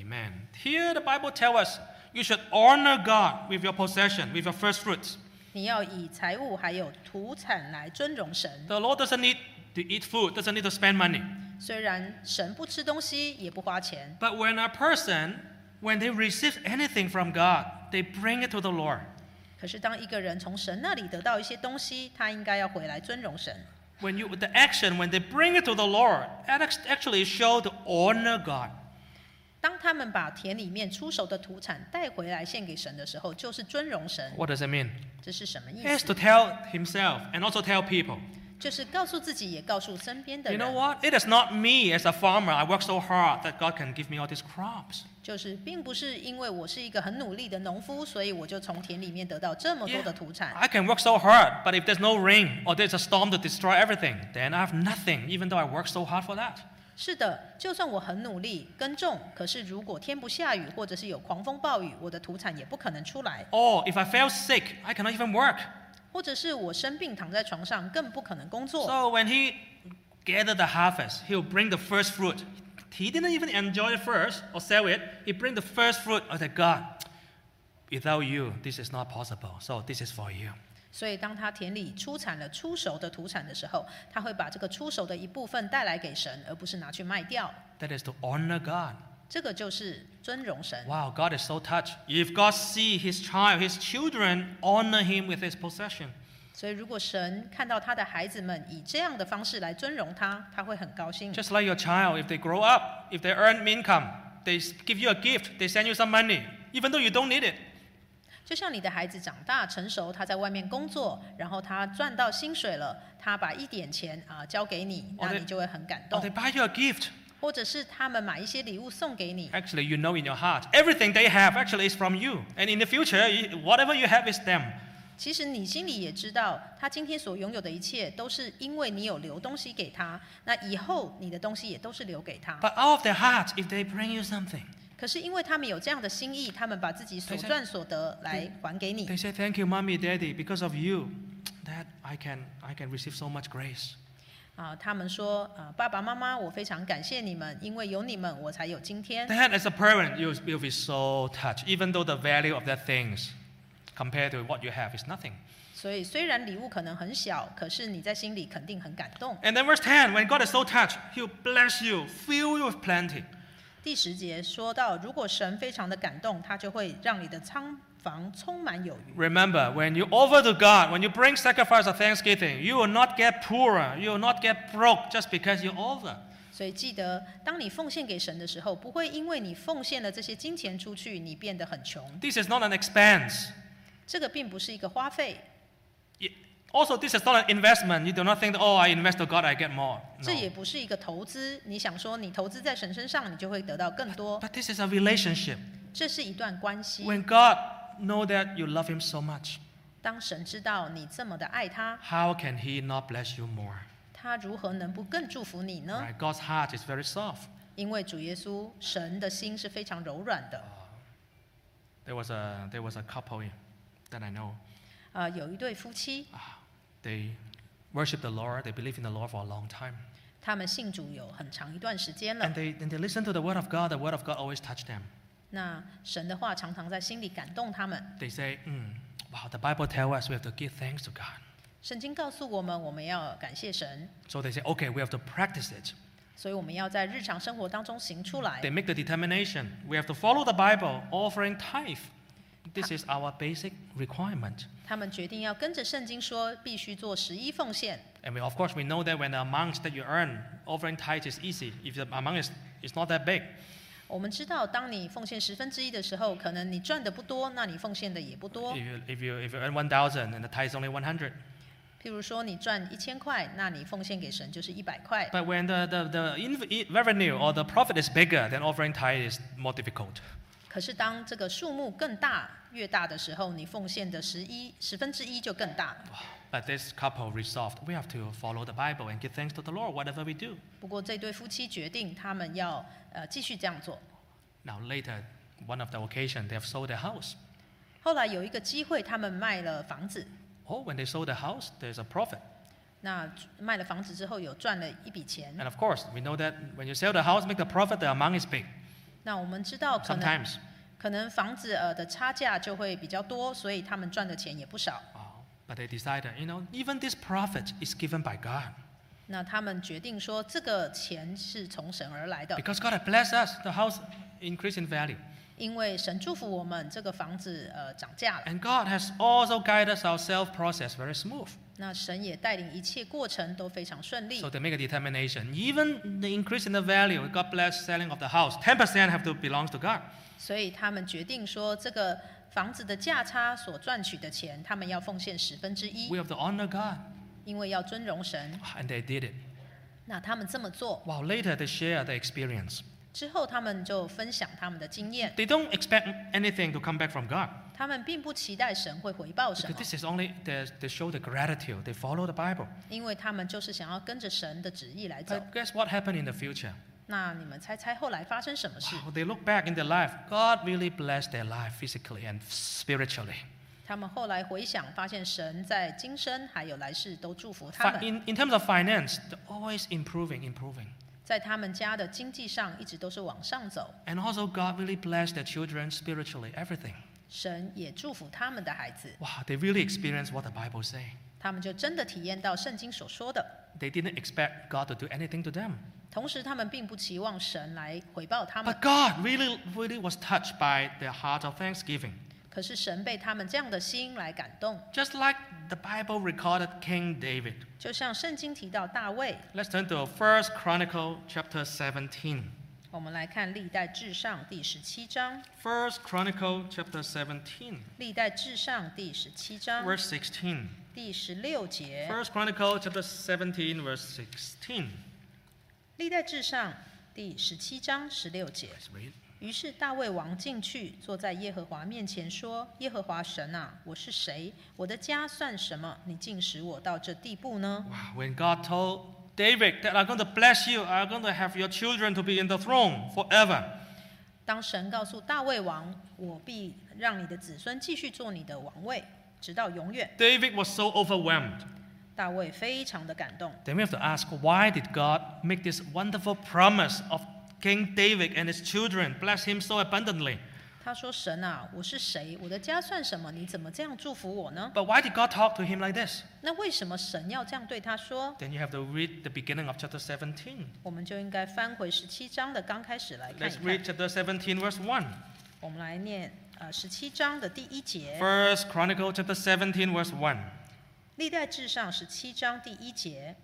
Speaker 1: Amen. Here the Bible tells us you should honor God with your possession, with your first fruits.
Speaker 2: 你要以财物还有土产来尊荣神。
Speaker 1: The Lord doesn't need to eat food, doesn't need to spend money.
Speaker 2: 虽然神不吃东西，也不花钱，
Speaker 1: But when a person, when they receive anything from God, they bring it to the Lord.
Speaker 2: 可是当一个人从神那里得到一些东西，他应该要回来尊荣神。
Speaker 1: When you, the action, when they bring it to the Lord, that act- actually show to honor God.
Speaker 2: 当他们把田里面出手的土产带回来献给神的时候，就是尊荣神。
Speaker 1: What does it mean?
Speaker 2: 这是什么意
Speaker 1: He has
Speaker 2: 思？
Speaker 1: to tell himself and also tell people.
Speaker 2: 就是告诉自己，也告诉身边的
Speaker 1: You know
Speaker 2: 人，
Speaker 1: what? It is not me as a farmer. I work so hard that God can give me all these crops.
Speaker 2: 就是并不是因为我是一个很努力的农夫，所以我就从田里面得到这么多
Speaker 1: Yeah,
Speaker 2: 的土产。
Speaker 1: I can work so hard, but if there's no rain or there's a storm to destroy everything, then I have nothing, even though I work so hard for that.
Speaker 2: 是的，就算我很努力耕种，可是如果天不下雨，或者是有狂风暴雨，我的土产也不可能出来；
Speaker 1: Or if I fell sick, I cannot even work.
Speaker 2: 或者是我生病躺在床上，更不可能工作。
Speaker 1: So when he gathered the harvest, he'll bring the first fruit. He didn't even enjoy it first or sell it. He bring the first fruit. I said, God, without you, this is not possible. So this is for you.
Speaker 2: 所以当他田里出产了出熟的土产的时候，他会把这个出熟的一部分带来给神，而不是拿去卖掉。
Speaker 1: That is to honor God.
Speaker 2: 这个就是尊荣神。
Speaker 1: Wow, God is so touched. If God see his child, his children honor him with his possession.
Speaker 2: 所以如果神看到他的孩子们以这样的方式来尊荣他，他会很高兴。
Speaker 1: Just like your child, if they grow up, if they earn income, they s- give you a gift, they send you some money, even though you don't need it.
Speaker 2: 就像你的孩子长大成熟，他在外面工作，然后他赚到薪水了，他把一点钱啊交给你，
Speaker 1: 哦
Speaker 2: 那
Speaker 1: 对
Speaker 2: 你就会很感
Speaker 1: Or
Speaker 2: 动
Speaker 1: they。buy you a gift.
Speaker 2: 或者是他们买一些礼物送给你，
Speaker 1: Actually, you know in your heart, everything they have actually is from you. And in the future, you- whatever you have is them.
Speaker 2: 其实你心里也知道，他今天所拥有的一切都是因为你有留东西给他，那以后你的东西也都是留给他。
Speaker 1: But out of their heart, if they bring you something,
Speaker 2: 可是因为他们有这样的心意，他们把自己所赚所得来还给你
Speaker 1: they。say, Thank you, mommy, daddy, because of you, that I can, I can receive so much grace.
Speaker 2: 啊，他们说啊，爸爸妈妈，我非常感谢你们，因为有你们，我才有今天。
Speaker 1: That, as a parent, you, you'll be so touched, even though the value of that things compared to what you have is nothing.
Speaker 2: 所以虽然礼物可能很小，可是你在心里肯定很感动。
Speaker 1: And then verse 10, when God is so touched, He'll bless you, fill you with plenty.
Speaker 2: 第十节说到，如果神非常的感动，他就会让你的仓房充满有余。
Speaker 1: Remember, when you offer to God, when you bring sacrifice of thanksgiving, you will not get poorer, you will not get broke just because you offer.
Speaker 2: 所以记得，当你奉献给神的时候，不会因为你奉献了这些金钱出去，你变得很穷。
Speaker 1: This is not an expense.
Speaker 2: 这个并不是一个花费，
Speaker 1: It- also, this is not an investment. You do not think, oh, I invest to God, I get more.
Speaker 2: 这
Speaker 1: No.
Speaker 2: 也不是一个投资。你想说你投资在神身上，你就会得到更多。
Speaker 1: But this is a relationship.
Speaker 2: 这是一段关系。
Speaker 1: When God know that you love Him so much,
Speaker 2: 当神知道你这么的爱他，
Speaker 1: how can He not bless you more?
Speaker 2: 他如何能不更祝福你呢？
Speaker 1: Right? God's heart is very soft.
Speaker 2: 因为主耶稣，神的心是非常柔软的。
Speaker 1: There was a there was a couple that I know.
Speaker 2: 啊，有一对夫妻，
Speaker 1: Ah, they worship the Lord, they believe in the Lord for a long time.
Speaker 2: 他们信主有很长一段时间了
Speaker 1: And。they, and they listen to the word of God, the word of God always touch them.
Speaker 2: 那神的话常常在心里感动他们。
Speaker 1: They say, mm, wow, the Bible tells us we have to give thanks to God.
Speaker 2: 圣经告诉我们，我们要感谢神，
Speaker 1: So they say, okay, we have to practice it.
Speaker 2: 所以我们要在日常生活当中行出来
Speaker 1: They。make the determination. We have to follow the Bible, offering tithe. This is our basic requirement.
Speaker 2: 他们决定要跟着圣经说，必须做十一奉献。
Speaker 1: And we, of course, we know that when the amounts that you earn, offering tithe is easy. If the amount is, is not that big,
Speaker 2: 我们知道，当你奉献十分之一的时候，可能你赚的不多，那你奉献的也不多
Speaker 1: if。you, if you, if you earn 1,000 and the tithe is only 100,
Speaker 2: 譬如说，你赚一千块，那你奉献给神就是一百块。
Speaker 1: But when the, the, the inv- i- revenue or the profit is bigger, then offering tithe is more difficult.
Speaker 2: 可是当这个数目更大、越大的时候，你奉献的十一十分之一就更大。
Speaker 1: But this couple resolved, we have to follow the Bible and give thanks to the Lord, whatever we do.
Speaker 2: 不过这对夫妻决定，他们要呃继续这样做。
Speaker 1: Now later, one of the occasion, they have sold their house.
Speaker 2: 后来有一个机会，他们卖了房子，
Speaker 1: Oh, when they sold the house, there's a profit.
Speaker 2: 那卖了房子之后有赚了一笔钱。
Speaker 1: And of course, we know that when you sell the house, make the profit, the amount is big.
Speaker 2: 那我们知道，可能
Speaker 1: Sometimes.
Speaker 2: 可能房子呃的差价就会比较多，所以他们赚的钱也不少。
Speaker 1: Oh, but they decided, you know, even this profit is given by God.
Speaker 2: 那他们决定说，这个钱是从神而来的，
Speaker 1: Because God has blessed us, the house increased in value.
Speaker 2: 因为神祝福我们这个房子呃涨价了。
Speaker 1: And God has also guided us our self process very smooth.
Speaker 2: 那神也带领一切过程都非常顺利
Speaker 1: So，they make a determination. Even the increase in the value, God bless selling of the house, 10% have to belong to God.
Speaker 2: 所以他们决定说，这个房子的价差所赚取的钱，他们要奉献十分之一
Speaker 1: We，have to honor God. Ah,
Speaker 2: 因为要尊荣神。
Speaker 1: And they did it.
Speaker 2: 那他们这么做
Speaker 1: While later they share their experience.
Speaker 2: 之后，他们就分享他们的经验，
Speaker 1: They don't expect anything to come back from God.
Speaker 2: 他们并不期待神会回报什
Speaker 1: Because
Speaker 2: 么，
Speaker 1: this is only, they, they show the gratitude. They follow the Bible.
Speaker 2: 因为他们就是想要跟着神的旨意来走。
Speaker 1: But guess what happened in the future?
Speaker 2: 那你们猜猜后来发生什么事？
Speaker 1: Wow, they look back in their life. God really blessed their life physically and spiritually.
Speaker 2: 他们后来回想，发现神在今生还有来世都祝福他
Speaker 1: Fi-
Speaker 2: 们，
Speaker 1: In, in terms of finance, they're always improving, improving.
Speaker 2: 在他们家的经济上一直都是往上走。
Speaker 1: And also, God really blessed their children spiritually, everything.
Speaker 2: 神也祝福他们的孩子，
Speaker 1: Wow, they really experienced what the Bible is saying.
Speaker 2: 他们就真的体验到圣经所说的。
Speaker 1: They didn't expect God to do anything to them.
Speaker 2: 同时，他们并不期望神来回报他们
Speaker 1: But，God really, really was touched by their heart of thanksgiving.
Speaker 2: 可是神被他们这样的心来感动。
Speaker 1: Just like the Bible recorded King David.
Speaker 2: 就像圣经提到大卫，
Speaker 1: Let's turn to 1 Chronicle chapter 17.
Speaker 2: 我们来看历代至上第十七章，
Speaker 1: 1 Chronicle chapter 17,
Speaker 2: 历代至上第十七章
Speaker 1: verse 16.
Speaker 2: 第十六节。
Speaker 1: 1 Chronicle chapter 17, verse 16.
Speaker 2: 历代至上第十七章十六节。
Speaker 1: Let's read.
Speaker 2: 于是大卫王进去，坐在耶和华面前说：“耶和华神啊，我是谁？我的家算什么？你竟使我到这地步呢
Speaker 1: Wow, when God told David that I'm going to bless you, I'm going to have your children to be in the throne forever.？”
Speaker 2: 当神告诉大卫王：“我必让你的子孙继续做你的王位，直到永远。
Speaker 1: David was so overwhelmed. ”
Speaker 2: 大卫非常的感动。
Speaker 1: Then we have to ask why did God make this wonderful promise of King David and his children bless him so abundantly?
Speaker 2: 他说：“神啊，我是谁？我的家算什么？你怎么这样祝福我呢？
Speaker 1: But why did God talk to him like this?
Speaker 2: 那为什么神要这样对他说？
Speaker 1: Then you have to read the beginning of chapter 17.
Speaker 2: 我们就应该翻回十七章的刚开始来看
Speaker 1: Let's
Speaker 2: 一
Speaker 1: read
Speaker 2: 看。
Speaker 1: chapter 17, verse 1.
Speaker 2: 我们来念呃十七章的第一节，
Speaker 1: First Chronicle chapter 17, verse 1.
Speaker 2: 历代至上十七章第一节。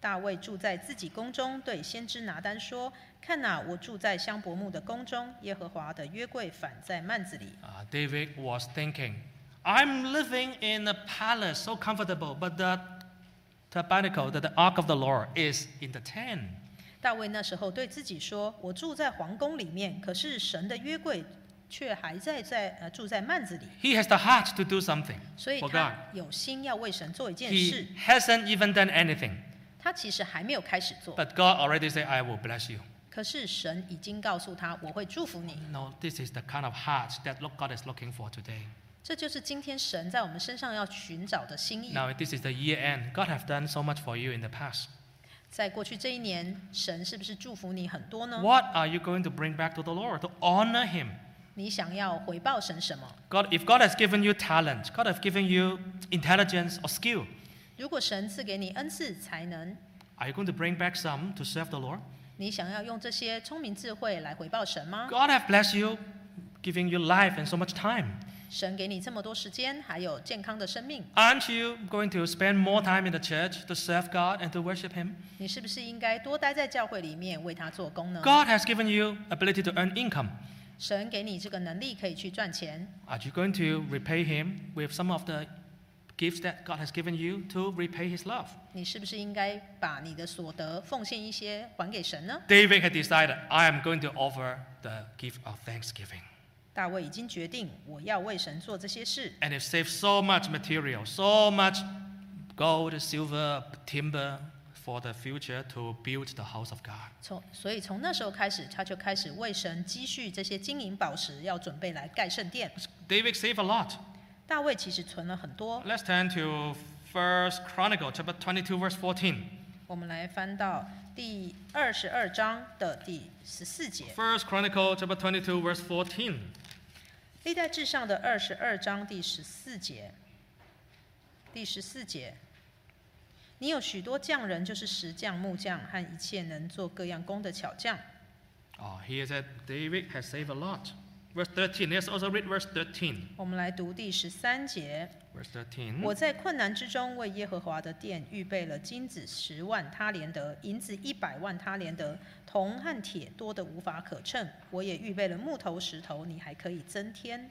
Speaker 2: 大卫住在自己宫中，对先知拿单说：‘看哪、我住在香柏木的宫中，耶和华的约柜反在幔子里。
Speaker 1: Uh, David was thinking, I'm living in a palace so comfortable, but the tabernacle, the, the ark of the Lord, is in the tent. ’
Speaker 2: 大卫那时候对自己说：‘我住在皇宫里面，可是神的约柜却还在在呃住在幔子里。’”
Speaker 1: He has the heart to do something
Speaker 2: 所以
Speaker 1: for God.
Speaker 2: 他有心要为神做一件
Speaker 1: He
Speaker 2: 事，
Speaker 1: hasn't even done anything,
Speaker 2: 他其实还没有开始做，
Speaker 1: but God already said, I will bless you.
Speaker 2: 可是神已经告诉他我会祝福你。
Speaker 1: No, this is the kind of heart that look- God is looking for today.
Speaker 2: 这就是今天神在我们身上要寻找的心意。
Speaker 1: Now, this is the year end. God have done so much for you in the past.
Speaker 2: 在过去这一年，神是不是祝福你很多呢？
Speaker 1: What are you going to bring back to the Lord to honor Him?
Speaker 2: 你想要回报神什么？
Speaker 1: God, if God has given you talent, God has given you intelligence or skill,
Speaker 2: 如果神赐给你恩赐才能，
Speaker 1: are you going to bring back some to serve the Lord?
Speaker 2: 你想要用这些聪明智慧来回报神吗？
Speaker 1: God have blessed you, giving you life and so much time.
Speaker 2: 神给你这么多时间，还有健康的生命，
Speaker 1: Aren't you going to spend more time in the church to serve God and to worship Him?
Speaker 2: 你是不是应该多待在教会里面为他做工呢？
Speaker 1: God has given you ability to earn income.
Speaker 2: 神给你这个能力可以去赚钱，
Speaker 1: Are you going to repay Him with some of the gifts that God has given you to repay His love?
Speaker 2: 你是不是应该把你的所得奉献一些还给神呢？
Speaker 1: David had decided, I am going to offer the gift of thanksgiving.
Speaker 2: 大卫已经决定，我要为神做这些事，
Speaker 1: And it saved so much material, so much gold, silver, timber for the future to build the house of God.
Speaker 2: 从所以从那时候开始，他就开始为神积蓄这些金银宝石，要准备来盖圣殿。
Speaker 1: David saved a lot.
Speaker 2: 大卫其实存了很多，
Speaker 1: Let's turn to First Chronicle chapter 22, verse 14.
Speaker 2: 我们来翻到第二十二章的第十四节，
Speaker 1: First Chronicle chapter 22, verse 14.
Speaker 2: 历代至上的二十二章第十四节。第十四节，你有许多匠人，就是石匠、木匠和一切能做各样工的巧匠。
Speaker 1: Oh, here that David has saved a lot. Verse 13. Let's also read verse 13.
Speaker 2: 我们来读第十三节：
Speaker 1: Verse 13.
Speaker 2: 我在困难之中为耶和华的殿预备了金子十万他连德，银子一百万他连德，铜和铁多得无法可称。我也预备了木头、石头，你还可以增添。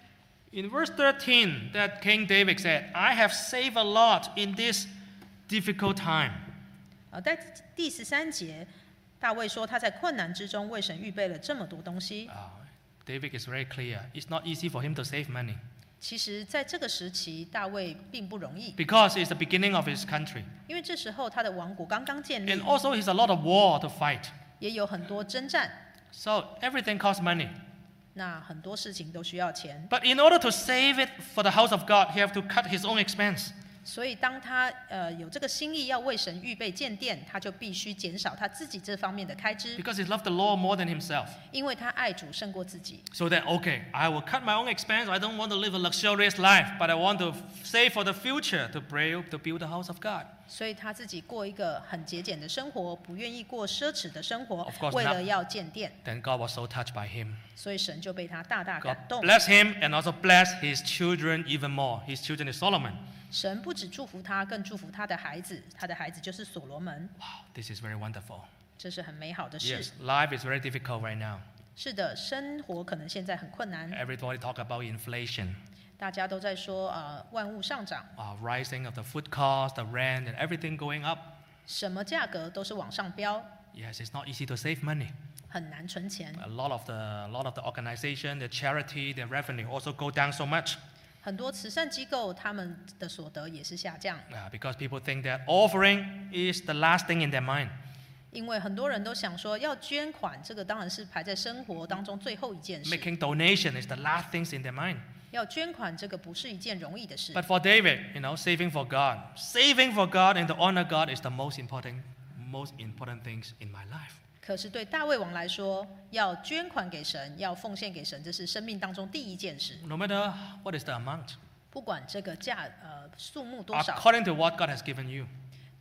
Speaker 1: In verse 13, that King David said, I have saved a lot in this difficult time.
Speaker 2: 啊，在第十三节，大卫说他在困难之中为神预备了这么多东西。
Speaker 1: Uh, David is very clear. It's not easy for him to save money
Speaker 2: 其实，在这个时期，大卫并不容易，
Speaker 1: because it's the beginning of his country.
Speaker 2: 因为这时候他的王国刚刚建
Speaker 1: And
Speaker 2: 立，
Speaker 1: also, he's a lot of war to fight.
Speaker 2: 也有很多征战，
Speaker 1: So everything costs money.
Speaker 2: 那很多事情都需要钱。
Speaker 1: But in order to save it for the house of God, he have to cut his own expense.
Speaker 2: 所以当他呃有这个心意要为神预备建殿，他就必须减少他自己这方面的开支，
Speaker 1: because he loved the law more than himself.
Speaker 2: 因为他爱主胜过自己。
Speaker 1: So that, okay, I will cut my own expense. I don't want to live a luxurious life, but I want to save for the future to, pray, to build the house of God.
Speaker 2: 所以他自己过一个很节俭的生活，不愿意过奢侈的生活
Speaker 1: Of course，not.
Speaker 2: 为了要建殿，
Speaker 1: Then God was so touched by him.
Speaker 2: 所以神就被他大大
Speaker 1: God
Speaker 2: 感动。
Speaker 1: bless him and also bless his children even more. His children is Solomon.
Speaker 2: 神不止祝福他，更祝福他的孩子，他的孩子就是所罗门，
Speaker 1: Wow, this is very wonderful.
Speaker 2: 这是很美好的事
Speaker 1: Yes, life is very difficult right now.
Speaker 2: 是的，生活可能现在很困难，
Speaker 1: Everybody talk about inflation,
Speaker 2: 大家都在说呃万物上涨，
Speaker 1: uh, rising of the food cost, the rent, and everything going up.
Speaker 2: 什么价格都是往上飙，
Speaker 1: Yes, it's not easy to save money.
Speaker 2: 很难存钱。
Speaker 1: A lot of the, a lot of the organization, the charity, the revenue also go down so much
Speaker 2: 很多慈善机构他们的所得也是下降，
Speaker 1: uh, because people think that offering is the last thing in their mind.
Speaker 2: 因为很多人都想说要捐款，这个当然是排在生活当中最后一件事。
Speaker 1: Making donation is the last things in their mind.
Speaker 2: 要捐款这个不是一件容易的事，
Speaker 1: But for David, you know, saving for God, saving for God and to honor God is the most important, most important things in my life.
Speaker 2: 可是对大胃王来说，要捐款给神，要奉献给神，这是生命当中第一件事，
Speaker 1: No matter what is the amount,
Speaker 2: 不管这个价呃数目多少，
Speaker 1: according to what God has given you,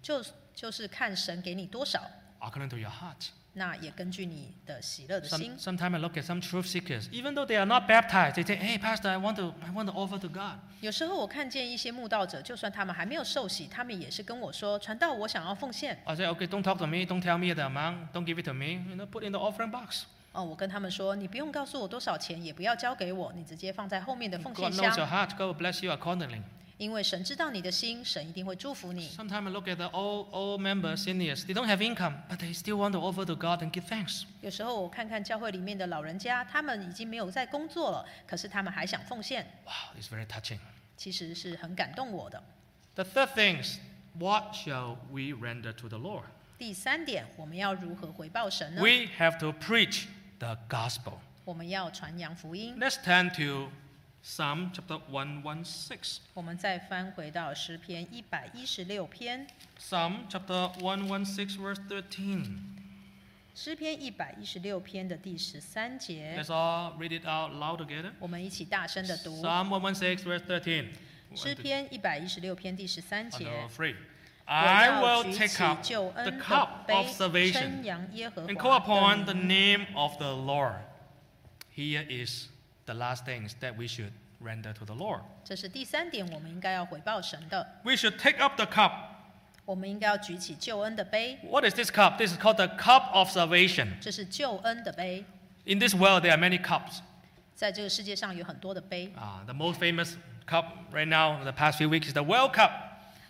Speaker 2: 就就是看神给你多少，
Speaker 1: according to your heart.
Speaker 2: 那也根据你的喜乐的
Speaker 1: Some,
Speaker 2: 心。
Speaker 1: sometimes I look at some truth seekers, even though they are not baptized, they say, "Hey, pastor, I want to, I want to offer to God."
Speaker 2: 有时候我看见一些慕道者，就算他们还没有受洗，他们也是跟我说：“传道，我想要奉献。
Speaker 1: I say, "Okay, don't talk to me, don't tell me the amount, don't give it to me. You know, put in the offering box." ”
Speaker 2: 哦，我跟他们说：“你不用告诉我多少钱，也不要交给我，你直接放在后面的奉献
Speaker 1: God knows your
Speaker 2: 箱，
Speaker 1: heart. God will bless you accordingly.
Speaker 2: 因为神知道你的心，神一定会祝福你。
Speaker 1: Sometimes I look at the old, old members, seniors. They don't have income, but they still want to offer to God and give thanks. ”
Speaker 2: 有时候我看看教会里面的老人家，他们已经没有在工作了，可是他们还想奉献，
Speaker 1: Wow, it's very touching.
Speaker 2: 其实是很感动我的。
Speaker 1: The third thing is, what shall we render to the Lord?
Speaker 2: 第三点，我们要如何回报神呢？
Speaker 1: We have to preach the gospel.
Speaker 2: 我们要传扬福音。
Speaker 1: Let's turn to Psalm chapter 116.
Speaker 2: 我们再翻回到诗篇一百一十六篇，
Speaker 1: Psalm chapter 116, verse 13.
Speaker 2: 诗篇一百一十六篇的第十三节，
Speaker 1: Let's all read it out loud together.
Speaker 2: 我们一起大声的读
Speaker 1: Psalm 116, verse 13.
Speaker 2: 诗篇一百一十六篇第十三
Speaker 1: On
Speaker 2: 节
Speaker 1: the。three.
Speaker 2: 我
Speaker 1: I
Speaker 2: 要
Speaker 1: will
Speaker 2: 举
Speaker 1: take
Speaker 2: 起
Speaker 1: up
Speaker 2: 救
Speaker 1: the
Speaker 2: 恩的
Speaker 1: cup of
Speaker 2: 杯，
Speaker 1: salvation
Speaker 2: 称扬耶和
Speaker 1: and call
Speaker 2: 华
Speaker 1: upon
Speaker 2: 的
Speaker 1: the
Speaker 2: 名。
Speaker 1: name of the Lord. Here is the last things that we should render to the Lord.
Speaker 2: 这是第三点，我们应该要回报神的。
Speaker 1: We should take up the cup.
Speaker 2: 我们应该要举起救恩的杯，
Speaker 1: What is this cup? This is called the cup of salvation.
Speaker 2: 这是救恩的杯。
Speaker 1: In this world, there are many cups.
Speaker 2: 在这个世界上有很多的杯，
Speaker 1: Uh, the most famous cup right now, in the past few weeks, is the World Cup.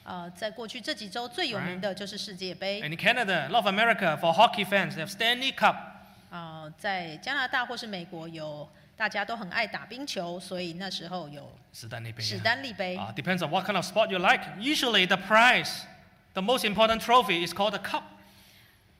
Speaker 2: 呃，在过去这几周最有名的就是世界杯，
Speaker 1: And in Canada, North America, for hockey fans, they have Stanley Cup.
Speaker 2: 呃，在加拿大或是美国有大家都很爱打冰球，所以那时候有
Speaker 1: Stanley
Speaker 2: 史丹利杯。
Speaker 1: Uh, depends on what kind of sport you like. Usually, the prize, the most important trophy, is called a cup.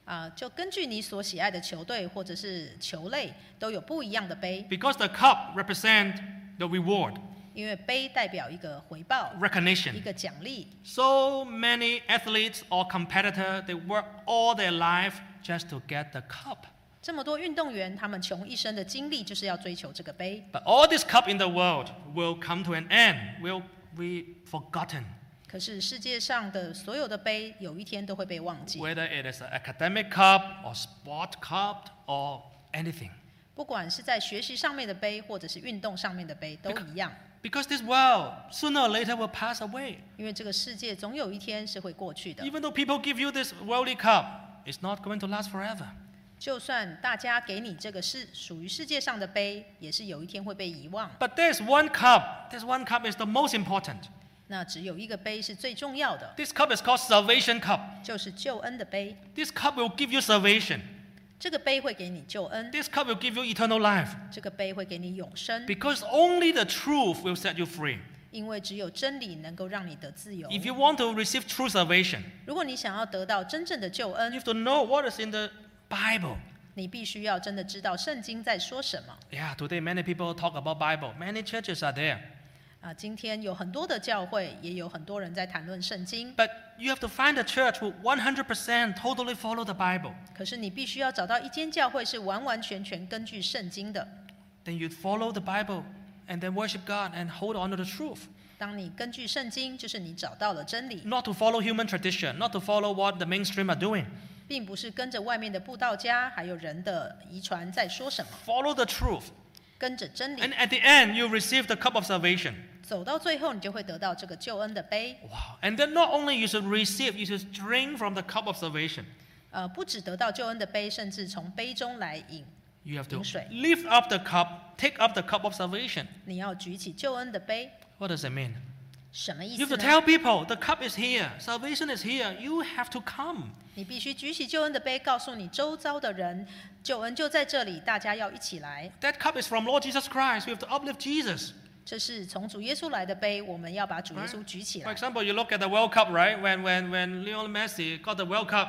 Speaker 2: 啊、就根据你所喜爱的球队或者是球类，都有不一样的杯，
Speaker 1: Because the cup represents the reward,
Speaker 2: 因为杯代表一个回报、一
Speaker 1: recognition.
Speaker 2: 个奖励。
Speaker 1: So many athletes or competitors, they work all their life just to get the cup.
Speaker 2: 这么多运动员，他们穷一生的经历就是要追求这个杯。
Speaker 1: But all this cup in the world will come to an end, will be forgotten.
Speaker 2: 可是世界上的所有的杯，有一天都会被忘记，
Speaker 1: Whether it is an academic cup or sport cup or anything.
Speaker 2: 不管是在学习上面的杯，或者是运动上面的杯，都一样。
Speaker 1: Because this world sooner or later will pass away.
Speaker 2: 因为这个世界总有一天是会过去的。
Speaker 1: Even though people give you this worldly cup, it's not going to last forever.
Speaker 2: 就算大家给你这个是属于世界上的杯，也是有一天会被遗忘。
Speaker 1: But there's one cup. This one cup is the most important.
Speaker 2: 那只有一个杯是最重要的，
Speaker 1: This cup is called salvation cup.
Speaker 2: 就是救恩的杯。
Speaker 1: This cup will give you salvation.
Speaker 2: 这个杯会给你救恩，
Speaker 1: This cup will give you eternal life.
Speaker 2: 这个杯会给你永生，
Speaker 1: Because only the truth will set you free.
Speaker 2: 因为只有真理能够让你得自由。
Speaker 1: If you want to receive true salvation,
Speaker 2: 如果你想要得到真正的救
Speaker 1: you
Speaker 2: 恩，
Speaker 1: have to know what is in the Bible.
Speaker 2: 你必须要真的知道圣经在说什么。
Speaker 1: Yeah, today many people talk about Bible. Many churches are there.
Speaker 2: 啊，今天有很多的教会，也有很多人在谈论圣经，
Speaker 1: But you have to find a church who 100% totally follow the Bible.
Speaker 2: 可是你必须要找到一间教会是完完全全根据圣经的。
Speaker 1: Then you follow the Bible and then worship God and hold on to the truth.
Speaker 2: 当你根据圣经，就是你找到了真理，
Speaker 1: Not to follow human tradition, not to follow what the mainstream are doing.
Speaker 2: 并不是跟着外面的布道家还有人的遗传在说什么，
Speaker 1: Follow the truth.
Speaker 2: 跟着真理
Speaker 1: And at the end, you receive the cup of salvation.
Speaker 2: 走到最后，你就会得到这个救恩的杯。
Speaker 1: Wow. And then not only you should receive, you should drink from the cup of salvation.
Speaker 2: 呃，不只得到救恩的杯，甚至从杯中来饮。
Speaker 1: You have to
Speaker 2: 饮水。
Speaker 1: lift up the cup, take up the cup of salvation.
Speaker 2: 你要举起救恩的杯，
Speaker 1: What does that mean?
Speaker 2: 什么意
Speaker 1: You have
Speaker 2: 思
Speaker 1: to
Speaker 2: 呢？
Speaker 1: tell people the cup is here, salvation is here. You have to come.
Speaker 2: 你必须举起救恩的杯，告诉你周遭的人，救恩就在这里，大家要一起来。
Speaker 1: That cup is from Lord Jesus Christ. We have to uplift Jesus.
Speaker 2: 这是从主耶稣来的杯，我们要把主耶稣举起
Speaker 1: For
Speaker 2: 来。
Speaker 1: example, you look at the World Cup, right? When when when Lionel Messi got the World Cup,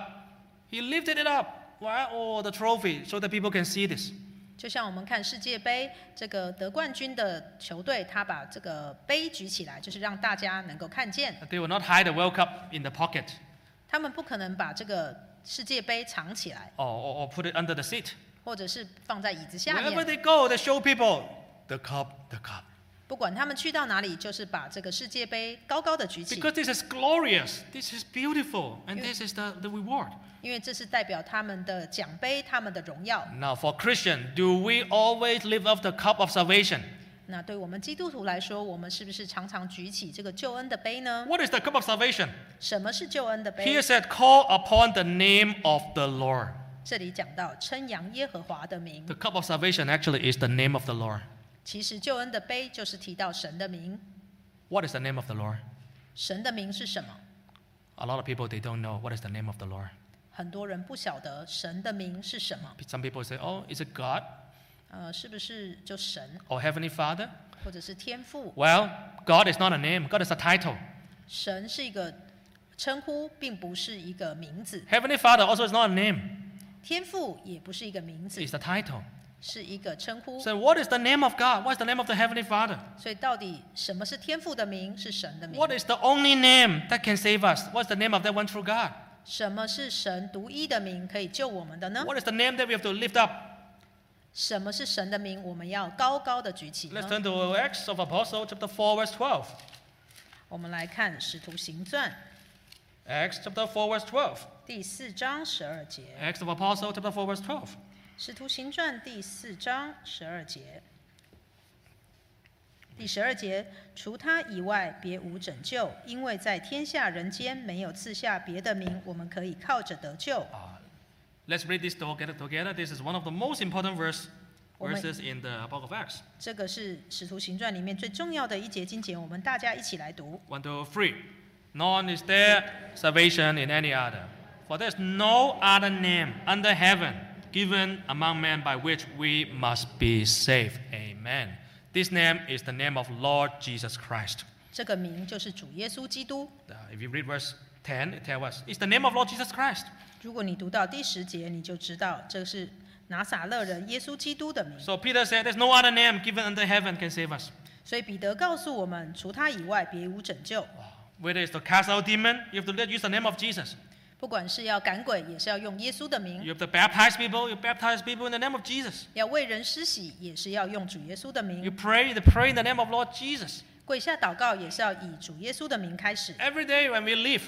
Speaker 1: he lifted it up, right? Or the trophy, so that people can see this.
Speaker 2: 就像我们看世界杯，这个得冠军的球队，他把这个杯举起来，就是让大家能够看见。
Speaker 1: They will not hide the World Cup in the pocket
Speaker 2: 他们不可能把这个世界杯藏起来，
Speaker 1: or, or, or put it under the seat.
Speaker 2: 或者是放在椅子下
Speaker 1: Wherever
Speaker 2: 面。
Speaker 1: they go, they show people the cup, the cup.
Speaker 2: 不管他们去到哪里，就是把这个世界杯高高的举起，
Speaker 1: Because this is glorious, this is beautiful, and this is the, the reward.
Speaker 2: 因为这是代表他们的奖杯、他们的荣耀。
Speaker 1: Now, for Christian, do we always live up the cup of salvation?
Speaker 2: 那对我们基督徒来说，我们是不是常常举起这个救恩的杯呢？
Speaker 1: What is the cup of salvation?
Speaker 2: 什么是救恩的杯
Speaker 1: Here？said, call upon the name of the Lord.
Speaker 2: 这里讲到称扬耶和华的名，
Speaker 1: The cup of salvation actually is the name of the Lord.
Speaker 2: 其实救恩的杯就是提到神的名。
Speaker 1: What is the name of the Lord?
Speaker 2: 神的名是什么？
Speaker 1: A lot of people they don't know what is the name of the Lord.
Speaker 2: 很多人不晓得神的名是什么。
Speaker 1: Some people say, "Oh, is it God
Speaker 2: 呃，是不是就神，
Speaker 1: or Heavenly Father?"
Speaker 2: 或者是天父？
Speaker 1: Well, God is not a name. God is a title.
Speaker 2: 神是一个称呼，并不是一个名字。
Speaker 1: Heavenly Father also is not a name.
Speaker 2: 天父也不是一个名字，
Speaker 1: It's a title.
Speaker 2: 是一个称呼。
Speaker 1: So, what is the name of God? What is the name of the Heavenly Father?
Speaker 2: 所以到底什么是天父的名？是神的名。
Speaker 1: What is the only name that can save us? What's the name of that one true God?
Speaker 2: 什么是神独一的名可以救我们的呢？
Speaker 1: What is the name that we have to lift up?
Speaker 2: 什么是神的名？我们要高高的举起呢
Speaker 1: Let's turn to Acts of Apostle chapter 4 verse 12.
Speaker 2: 我们来看《使徒行传》
Speaker 1: Acts chapter 4 verse 12.
Speaker 2: 第四章十二节，
Speaker 1: Acts of Apostle chapter 4 verse 12.
Speaker 2: 《使徒行传》第四章十二节。第十二节，除他以外，别无拯救，因为在天下人间没有赐下别的名，我们可以靠着得救。
Speaker 1: 啊 Let's read this together together. This is one of the most important verse,
Speaker 2: Oh my-
Speaker 1: verses in the book of Acts.
Speaker 2: 这个是《使徒行传》里面最重要的一节经节，我们大家一起来读。
Speaker 1: One, two, three. None is there salvation in any other. For there's no other name under heaven given among men by which we must be saved. Amen. This name is the name of Lord Jesus Christ.
Speaker 2: 这个名就是主耶稣基督。
Speaker 1: Uh, if you read verse 10, it tells us it's the name of Lord Jesus Christ.
Speaker 2: 如果你读到第十节，你就知道这是拿撒勒人耶稣基督的名。
Speaker 1: So Peter said, There's no other name given under heaven can save us.
Speaker 2: 所以彼得告诉我们，除他以外，别无拯救。
Speaker 1: Whether it's to cast out demon, you have to let- use the name of Jesus.
Speaker 2: 不管是要赶鬼，也是要用耶稣的名；
Speaker 1: You have to baptize people, you baptize people in the name of Jesus.
Speaker 2: 要为人施洗，也是要用主耶稣的
Speaker 1: You
Speaker 2: 名；
Speaker 1: pray, you pray in the name of Lord Jesus.
Speaker 2: 跪下祷告，也是要以主耶稣的名开始。
Speaker 1: Every day when we live,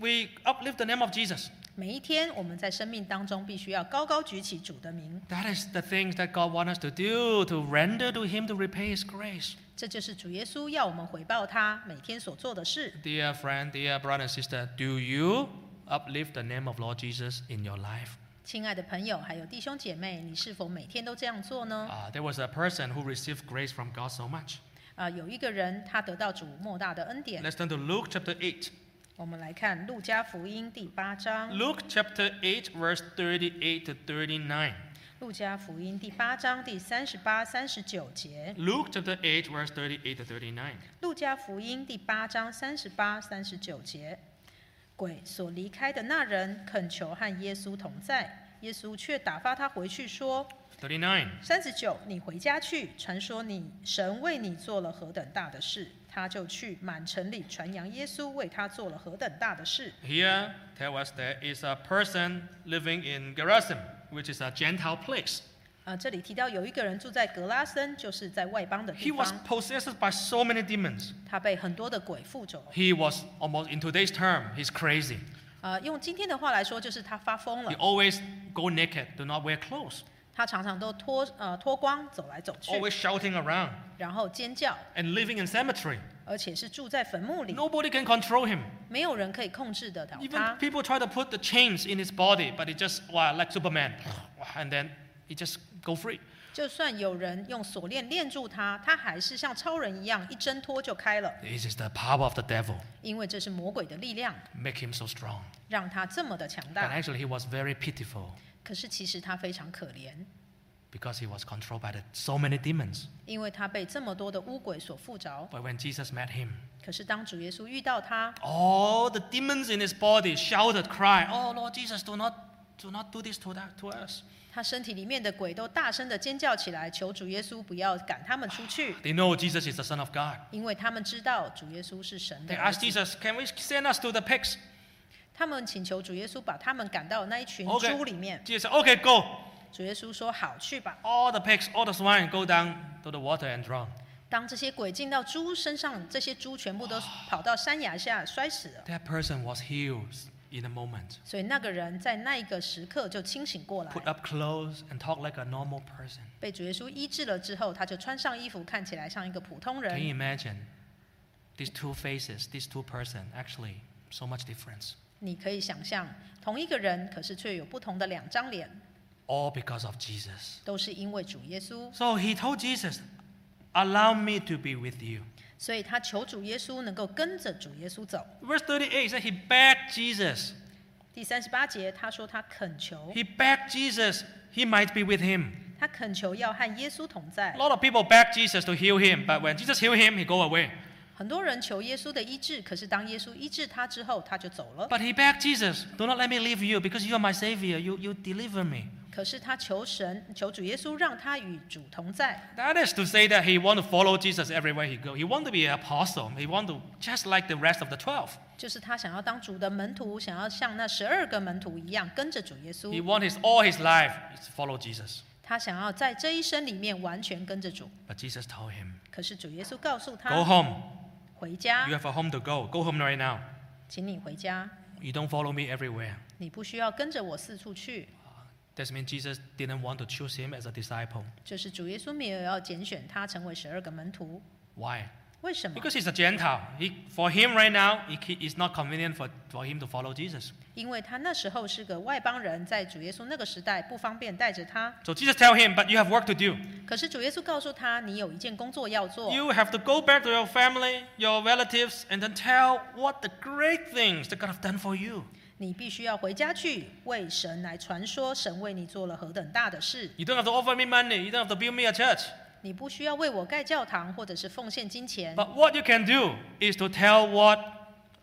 Speaker 1: we uplift the name of Jesus.
Speaker 2: 每一天，我们在生命当中必须要高高举起主的名，
Speaker 1: That is the things that God wants us to do to render to Him to repay His grace.
Speaker 2: 这就是主耶稣要我们回报他每天所做的事。
Speaker 1: Dear friend, dear brother and sister, do you uplift the name of Lord Jesus in your life?
Speaker 2: 亲爱的朋友，还有弟兄姐妹，你是否每天都这样做呢？
Speaker 1: Uh, there was a person who received grace from God so much.
Speaker 2: 啊，有一个人他得到主莫大的恩典。
Speaker 1: Let's turn to Luke chapter 8.
Speaker 2: 我们来看《路加福音》第八章，《
Speaker 1: Luke chapter 8, verse 38 to 39.
Speaker 2: 路加福音》第八章第三十八、三十九节，《
Speaker 1: Luke chapter 8, verse 38 to 39.
Speaker 2: 路加福音》第八章三十八、三十九节。鬼所离开的那人恳求和耶稣同在，耶稣却打发他回去说
Speaker 1: 39.
Speaker 2: 三十九，你回家去，传说你神为你做了何等大的事。他就去满城里传扬耶稣为他做了何等大的事。
Speaker 1: Here, tell us there is a person living in Gerizim, which is a Gentile place.
Speaker 2: 啊、这里提到有一个人住在格拉森，就是在外邦的
Speaker 1: He
Speaker 2: 地
Speaker 1: was
Speaker 2: 方，
Speaker 1: possessed by so many demons.
Speaker 2: 他被很多的鬼附着。
Speaker 1: He was almost, in today's term, he's crazy.
Speaker 2: 呃，用今天的话来说，就是他发疯
Speaker 1: He
Speaker 2: 了。
Speaker 1: always go naked, do not wear clothes,
Speaker 2: 他常常都脱呃脱光走来走去，
Speaker 1: always shouting around
Speaker 2: 然后尖叫，
Speaker 1: and living in cemetery.
Speaker 2: 而且是住在坟墓里，
Speaker 1: Nobody can control him.
Speaker 2: 没有人可以控制得了
Speaker 1: Even
Speaker 2: 他。
Speaker 1: people try to put the chains in his body, but he just wow, like Superman, and then he just go free.
Speaker 2: 就算有人用锁链链住他，他还是像超人一样一挣脱就开了，
Speaker 1: This is the power of the devil,
Speaker 2: 因为这是魔鬼的力量，
Speaker 1: make him so strong.
Speaker 2: 让他这么的强
Speaker 1: But
Speaker 2: 大。
Speaker 1: actually, he was very pitiful
Speaker 2: 可是其实他非常可怜，
Speaker 1: because he was controlled by the, so many demons.
Speaker 2: 因为他被这么多的污鬼所附着。
Speaker 1: But when Jesus met him,
Speaker 2: 可是当主耶稣遇到他，
Speaker 1: all the demons in his body shouted, cried, "Oh Lord Jesus, do not, do not do this to that to us."
Speaker 2: 他身体里面的鬼都大声的尖叫起来，求主耶稣不要赶他们出去，
Speaker 1: They know Jesus is the Son of God.
Speaker 2: 因为他们知道主耶稣是神
Speaker 1: They
Speaker 2: 的儿
Speaker 1: asked
Speaker 2: 子。
Speaker 1: Jesus, "Can we send us to the pigs?"
Speaker 2: 他们请求主耶稣把他们赶到那一群
Speaker 1: Okay
Speaker 2: 猪里面。
Speaker 1: Jesus said, "Okay, go."
Speaker 2: 主耶稣说：“好，去吧。
Speaker 1: All the pigs, all the swine go down to the water and drown. ”
Speaker 2: 当这些鬼进到猪身上，这些猪全部都跑到山崖下摔死了。
Speaker 1: That person was healed in a moment.
Speaker 2: 所以那个人在那一个时刻就清醒过来，
Speaker 1: Put up clothes and talk like a normal person.
Speaker 2: 被主耶稣医治了之后，他就穿上衣服，看起来像一个普
Speaker 1: Can
Speaker 2: 通
Speaker 1: you
Speaker 2: 人。
Speaker 1: imagine? These two faces, these two person, actually so much difference.
Speaker 2: 你可以想象，同一个人，可是却有不同的两张脸，
Speaker 1: All because of Jesus.
Speaker 2: 都是因为主耶稣。
Speaker 1: So he told Jesus, "Allow me to be with you."
Speaker 2: 所以他求主耶稣能够跟着主耶稣走。
Speaker 1: Verse 38 said he begged Jesus.
Speaker 2: 第三十八节，他说他恳求，
Speaker 1: He begged Jesus he might be with him.
Speaker 2: 他恳求要和耶稣同
Speaker 1: A
Speaker 2: 在。
Speaker 1: lot of people beg Jesus to heal him, but when Jesus healed him, he go away.
Speaker 2: 很多人求耶稣的医治，可是当耶稣医治他之后，他就走了。
Speaker 1: But he begged Jesus, "Do not let me leave you, because you are my savior. You you deliver me."
Speaker 2: 可是他求神，求主耶稣让他与主同在，
Speaker 1: That is to say that he want to follow Jesus everywhere he go. He want to be an apostle. He want to just like the rest of the twelve.
Speaker 2: 就是他想要当主的门徒，想要像那十二个门徒一样跟着主耶
Speaker 1: He
Speaker 2: 稣。
Speaker 1: want his all his life is to follow Jesus.
Speaker 2: 他想要在这一生里面完全跟着主。
Speaker 1: But Jesus told him,
Speaker 2: 可是主耶稣告诉
Speaker 1: "Go
Speaker 2: 他
Speaker 1: home.
Speaker 2: 回
Speaker 1: You
Speaker 2: 家，
Speaker 1: have a home to go. Go home right now.
Speaker 2: 请你回家，
Speaker 1: You don't follow me everywhere."
Speaker 2: 你不需要跟着我四处去。
Speaker 1: That means Jesus didn't want to choose him as a disciple.
Speaker 2: 就是主耶稣没有要拣选他成为十二个门徒，
Speaker 1: Why?
Speaker 2: 为什么？
Speaker 1: Because he's a Gentile. He, for him right now, it he- it's not convenient for, for him to follow Jesus.
Speaker 2: 因为他那时候是个外邦人，在主耶稣那个时代不方便带着他。
Speaker 1: So Jesus tell him, but you have work to do.
Speaker 2: 可是主耶稣告诉他，你有一件工作要做，
Speaker 1: You have to go back to your family, your relatives, and then tell what the great things that God have done for you.
Speaker 2: 你必须要回家去为神来传说神为你做了何等大的事。
Speaker 1: You don't have to offer me money. You don't have to build me a church.
Speaker 2: 你不需要为我盖教堂或者是奉献金钱，
Speaker 1: But what you can do is to tell what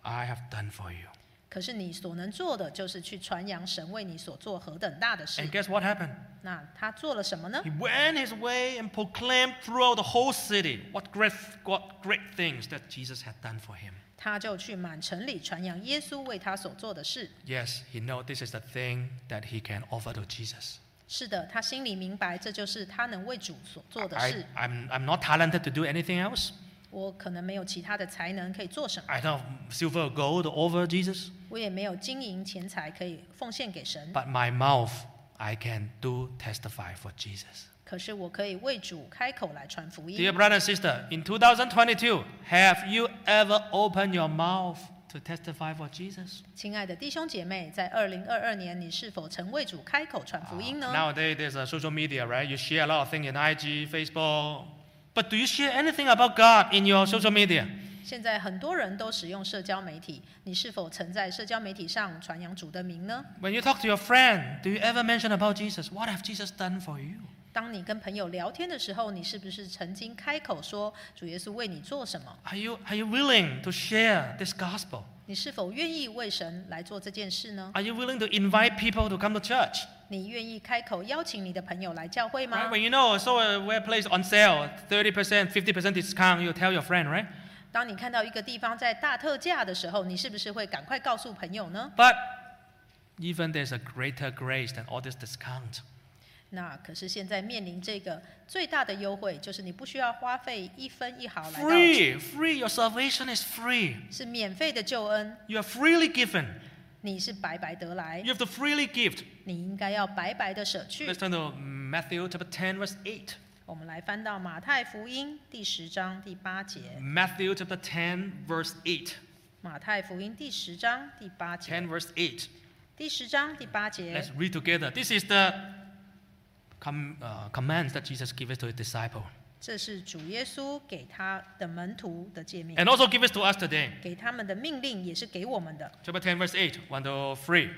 Speaker 1: I have done for you.
Speaker 2: 可是你所能做的就是去传扬神为你所做何等大的事
Speaker 1: And。guess what happened?
Speaker 2: 那他做了什么呢
Speaker 1: He？went his way and proclaimed throughout the whole city what great, what great things that Jesus had done for him.
Speaker 2: 他就去满城里传扬耶稣为他所做的事。
Speaker 1: Yes, he know this is the thing that he can offer to Jesus.
Speaker 2: 是的，他心里明白，这就是他能为主所做的
Speaker 1: I,
Speaker 2: 事。
Speaker 1: I'm, I'm not talented to do anything else.
Speaker 2: 我可能没有其他的才能可以做什么，
Speaker 1: I don't have silver or gold to offer Jesus.
Speaker 2: 我也没有金银钱财可以奉献给神，
Speaker 1: But my mouth, I can do testify for Jesus.
Speaker 2: 可是我可以为主开口来传福
Speaker 1: Dear
Speaker 2: 音。
Speaker 1: brother and sister, in 2022, have you ever opened your mouth to testify for Jesus?
Speaker 2: 亲爱的弟兄姐妹，在二零二二年，你是否曾为主开口传福音呢？
Speaker 1: Uh, Nowadays, there's a social media, right? You share a lot of things in IG, Facebook. But do you share anything about God in your social media?
Speaker 2: 现在很多人都使用社交媒体，你是否曾在社交媒体上传扬主的名呢？
Speaker 1: When you talk to your friend, do you ever mention about Jesus? What have Jesus done for you?
Speaker 2: 当你跟朋友聊天的时候，你是不是曾经开口说主耶稣为你做什么？
Speaker 1: Are you, are you willing to share this gospel?
Speaker 2: 你是否愿意为神来做这件事呢？
Speaker 1: Are you willing to invite people to come to church?
Speaker 2: 你你愿意开口邀请你的朋友来教会吗
Speaker 1: Right? When you know, so a web place on sale, 30%, 50% discount, you tell your friend, right?
Speaker 2: 当你看到一个地方在大特价的时候，你是不是会赶快告诉朋友呢？
Speaker 1: But even there's a greater grace than all this discount.
Speaker 2: 那可是现在面临这个最大的优惠，就是你不需要花费一分一毫来到，
Speaker 1: Free, free, your salvation is free.
Speaker 2: 是免费的救恩，
Speaker 1: You are freely given.
Speaker 2: 你是白白得来
Speaker 1: You，have to freely give.
Speaker 2: 你应该要白白的舍去
Speaker 1: Let's。turn to Matthew chapter 10, verse 8.
Speaker 2: 我们来翻到马太福音第十章第八节，
Speaker 1: Matthew chapter 10, verse 8.
Speaker 2: 马太福音第十章第八节
Speaker 1: 10, verse 8.
Speaker 2: 第十章第八节
Speaker 1: Let's，read together. This is the com- uh, commands that Jesus gives to his disciple,
Speaker 2: 这是主耶稣给他的门徒的诫命，
Speaker 1: and also gives to us today.
Speaker 2: 给他们的命令也是给我们的。
Speaker 1: Chapter 10, verse 8, 1 to 3.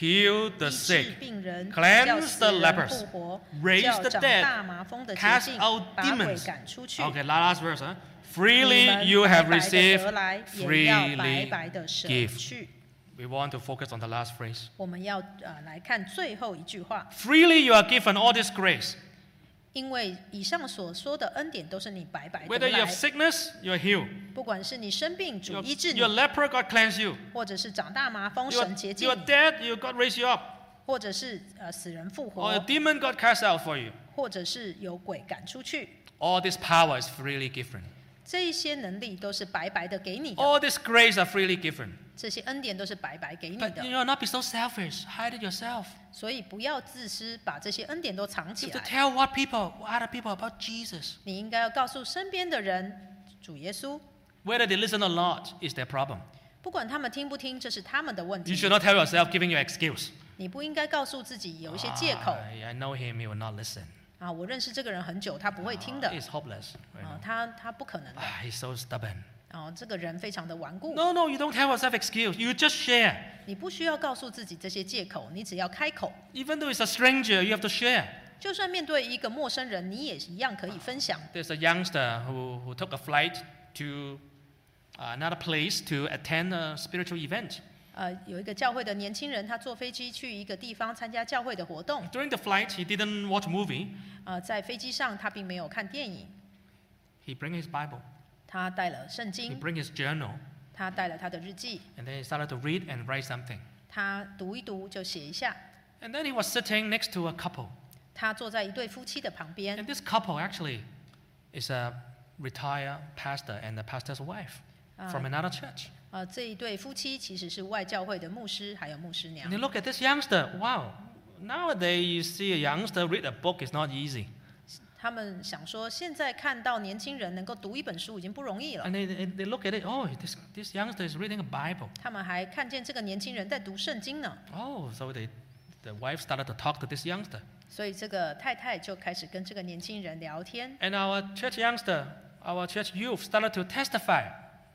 Speaker 1: Heal
Speaker 2: 医
Speaker 1: the
Speaker 2: 治
Speaker 1: sick,
Speaker 2: 病人
Speaker 1: cleanse
Speaker 2: 叫死
Speaker 1: the
Speaker 2: 人
Speaker 1: lepers,
Speaker 2: 复活
Speaker 1: raise
Speaker 2: 叫
Speaker 1: the
Speaker 2: 长
Speaker 1: dead,
Speaker 2: 大麻风的洁
Speaker 1: cast
Speaker 2: 净
Speaker 1: out
Speaker 2: 把鬼
Speaker 1: demons.
Speaker 2: 赶出去。
Speaker 1: Okay, last verse. Huh?
Speaker 2: 你
Speaker 1: Freely
Speaker 2: 们
Speaker 1: you have
Speaker 2: 白白地
Speaker 1: received,
Speaker 2: 得来，也要白
Speaker 1: freely
Speaker 2: 白的舍
Speaker 1: give.
Speaker 2: 去。
Speaker 1: We want to focus on the last phrase.
Speaker 2: 我们要呃来看最后一句话，
Speaker 1: Freely you are given all this grace.
Speaker 2: 因为以上所说的恩典都是你白白得
Speaker 1: Whether you
Speaker 2: 来
Speaker 1: have，sickness, you're healed.
Speaker 2: 不管是你生病
Speaker 1: Your,
Speaker 2: 主医治你
Speaker 1: your，leper, God cleanse you.
Speaker 2: 或者是长大麻风
Speaker 1: You're,
Speaker 2: 神洁
Speaker 1: you're
Speaker 2: 净你，
Speaker 1: dead, you God raise you up.
Speaker 2: 或者是呃死人复
Speaker 1: Or a
Speaker 2: 活，
Speaker 1: demon, God cast out for you.
Speaker 2: 或者是有鬼赶出去，
Speaker 1: All this power is freely given.
Speaker 2: 这一些能力都是白白的给你的，
Speaker 1: All this grace are freely given.
Speaker 2: 这些恩典都是白白给你
Speaker 1: But
Speaker 2: 的
Speaker 1: you。know, not be so selfish. Hide it yourself.
Speaker 2: 所以不要自私，把这些恩典都藏
Speaker 1: You
Speaker 2: 起
Speaker 1: have to
Speaker 2: 来。
Speaker 1: tell what people, what other people about Jesus.
Speaker 2: 你应该要告诉身边的人，主耶稣，
Speaker 1: Whether they listen or not is their problem.
Speaker 2: 不管他们听不听，这是他们的问
Speaker 1: You should
Speaker 2: 题。
Speaker 1: not tell yourself giving your excuse.
Speaker 2: 你不应该告诉自己有一些借口
Speaker 1: "Ah, I know him, he will not listen.
Speaker 2: 啊，我认识这个人很久，他不会听的
Speaker 1: Ah, he's hopeless. you
Speaker 2: 啊
Speaker 1: know.，
Speaker 2: 他他不可能的
Speaker 1: Ah, he's so stubborn.
Speaker 2: 啊，这个人非常的顽固。
Speaker 1: No, no, you don't tell yourself excuse. You just share.
Speaker 2: 你不需要告诉自己这些借口，你只要开口，
Speaker 1: Even though it's a stranger, you have to share.
Speaker 2: 就算面对一个陌生人，你也一样可以分享。
Speaker 1: There's a youngster who, who took a flight to uh, another place to attend a spiritual event.
Speaker 2: 呃，有一个教会的年轻人，他坐飞机去一个地方参加教会的活动，
Speaker 1: During the flight, he didn't watch movie.
Speaker 2: 呃，在飞机上他并没有看电影，
Speaker 1: He bring his Bible.
Speaker 2: 他带了圣
Speaker 1: He
Speaker 2: 经，
Speaker 1: bring his journal.
Speaker 2: 他带了他的日记，
Speaker 1: And then he started to read and write something.
Speaker 2: 他读一读就写一下。
Speaker 1: And then he was sitting next to a couple.
Speaker 2: 他坐在一对夫妻的旁边，
Speaker 1: And this couple actually is a retired pastor and a pastor's wife
Speaker 2: Ah.
Speaker 1: from another church.
Speaker 2: 啊呃，这一对夫妻其实是外教会的牧师还有牧师娘
Speaker 1: And。you look at this youngster. Wow. Nowadays, you see a youngster read a book is not easy.
Speaker 2: 他们想说，现在看到年轻人能够读一本书已经不容易了。
Speaker 1: And they, they they look at it. Oh, this, this youngster is reading a Bible.
Speaker 2: 他们还看见这个年轻人在读圣经呢，
Speaker 1: Oh, so they, the wife started to talk to this youngster.
Speaker 2: 所以这个太太就开始跟这个年轻人聊天。
Speaker 1: And our church youngster, our church youth started to testify,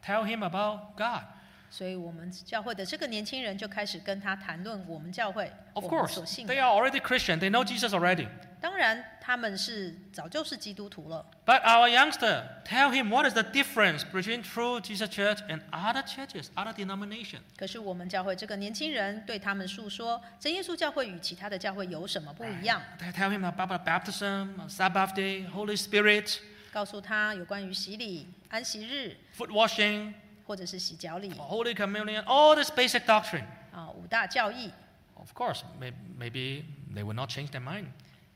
Speaker 1: tell him about God.
Speaker 2: 所以我们教会的这个年轻人就开始跟他谈论我们教会
Speaker 1: Of
Speaker 2: 我们
Speaker 1: course,
Speaker 2: 所信的。
Speaker 1: they are already Christian. They know Jesus already.
Speaker 2: 当然，他们是早就是基督徒了。
Speaker 1: But our youngster, tell him what is the difference between True Jesus Church and other churches, other denomination.
Speaker 2: 可是我们教会这个年轻人对他们诉说，真耶稣教会与其他的教会有什么不一样？
Speaker 1: They tell him about the baptism, Sabbath day, Holy Spirit,
Speaker 2: 告诉他有关于洗礼、安息日，
Speaker 1: foot washing,
Speaker 2: 或者是洗脚礼
Speaker 1: Holy Communion, all this basic doctrine.
Speaker 2: 啊五大教义。
Speaker 1: Of course, may- maybe they will not change their mind.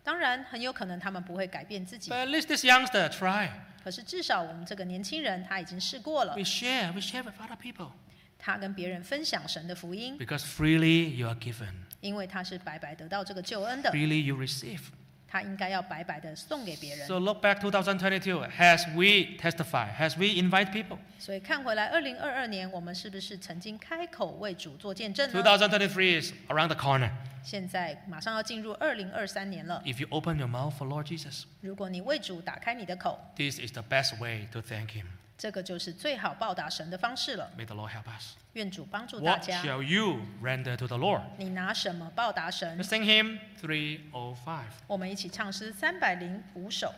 Speaker 2: 当然，很有可能他们不会改变自己
Speaker 1: But，at least this youngster try.
Speaker 2: 可是至少我们这个年轻人他已经试过了
Speaker 1: We，share, we share with other people.
Speaker 2: 他跟别人分享神的福音，
Speaker 1: Because freely you are given,
Speaker 2: 因为他是白白得到这个救恩的，
Speaker 1: freely you receive.
Speaker 2: 他应该要白白的送给别人
Speaker 1: So。look back 2022. Has we testify? Has we invite people?
Speaker 2: 所以看回来，二零二二年我们是不是曾经开口为主做见证呢？
Speaker 1: 2023 is around the corner.
Speaker 2: 现在马上要进入二零二三年了，
Speaker 1: If you open your mouth for Lord Jesus,
Speaker 2: 如果你为主打开你的口，
Speaker 1: this is the best way to thank Him.
Speaker 2: 这个就是最好报答神的方式了。
Speaker 1: May the Lord help us.
Speaker 2: 愿主帮助大
Speaker 1: What
Speaker 2: 家。
Speaker 1: shall you render to the Lord?
Speaker 2: 你拿什么报答神
Speaker 1: oh Let's？sing hymn 305.
Speaker 2: 我们一起唱诗三百零五首。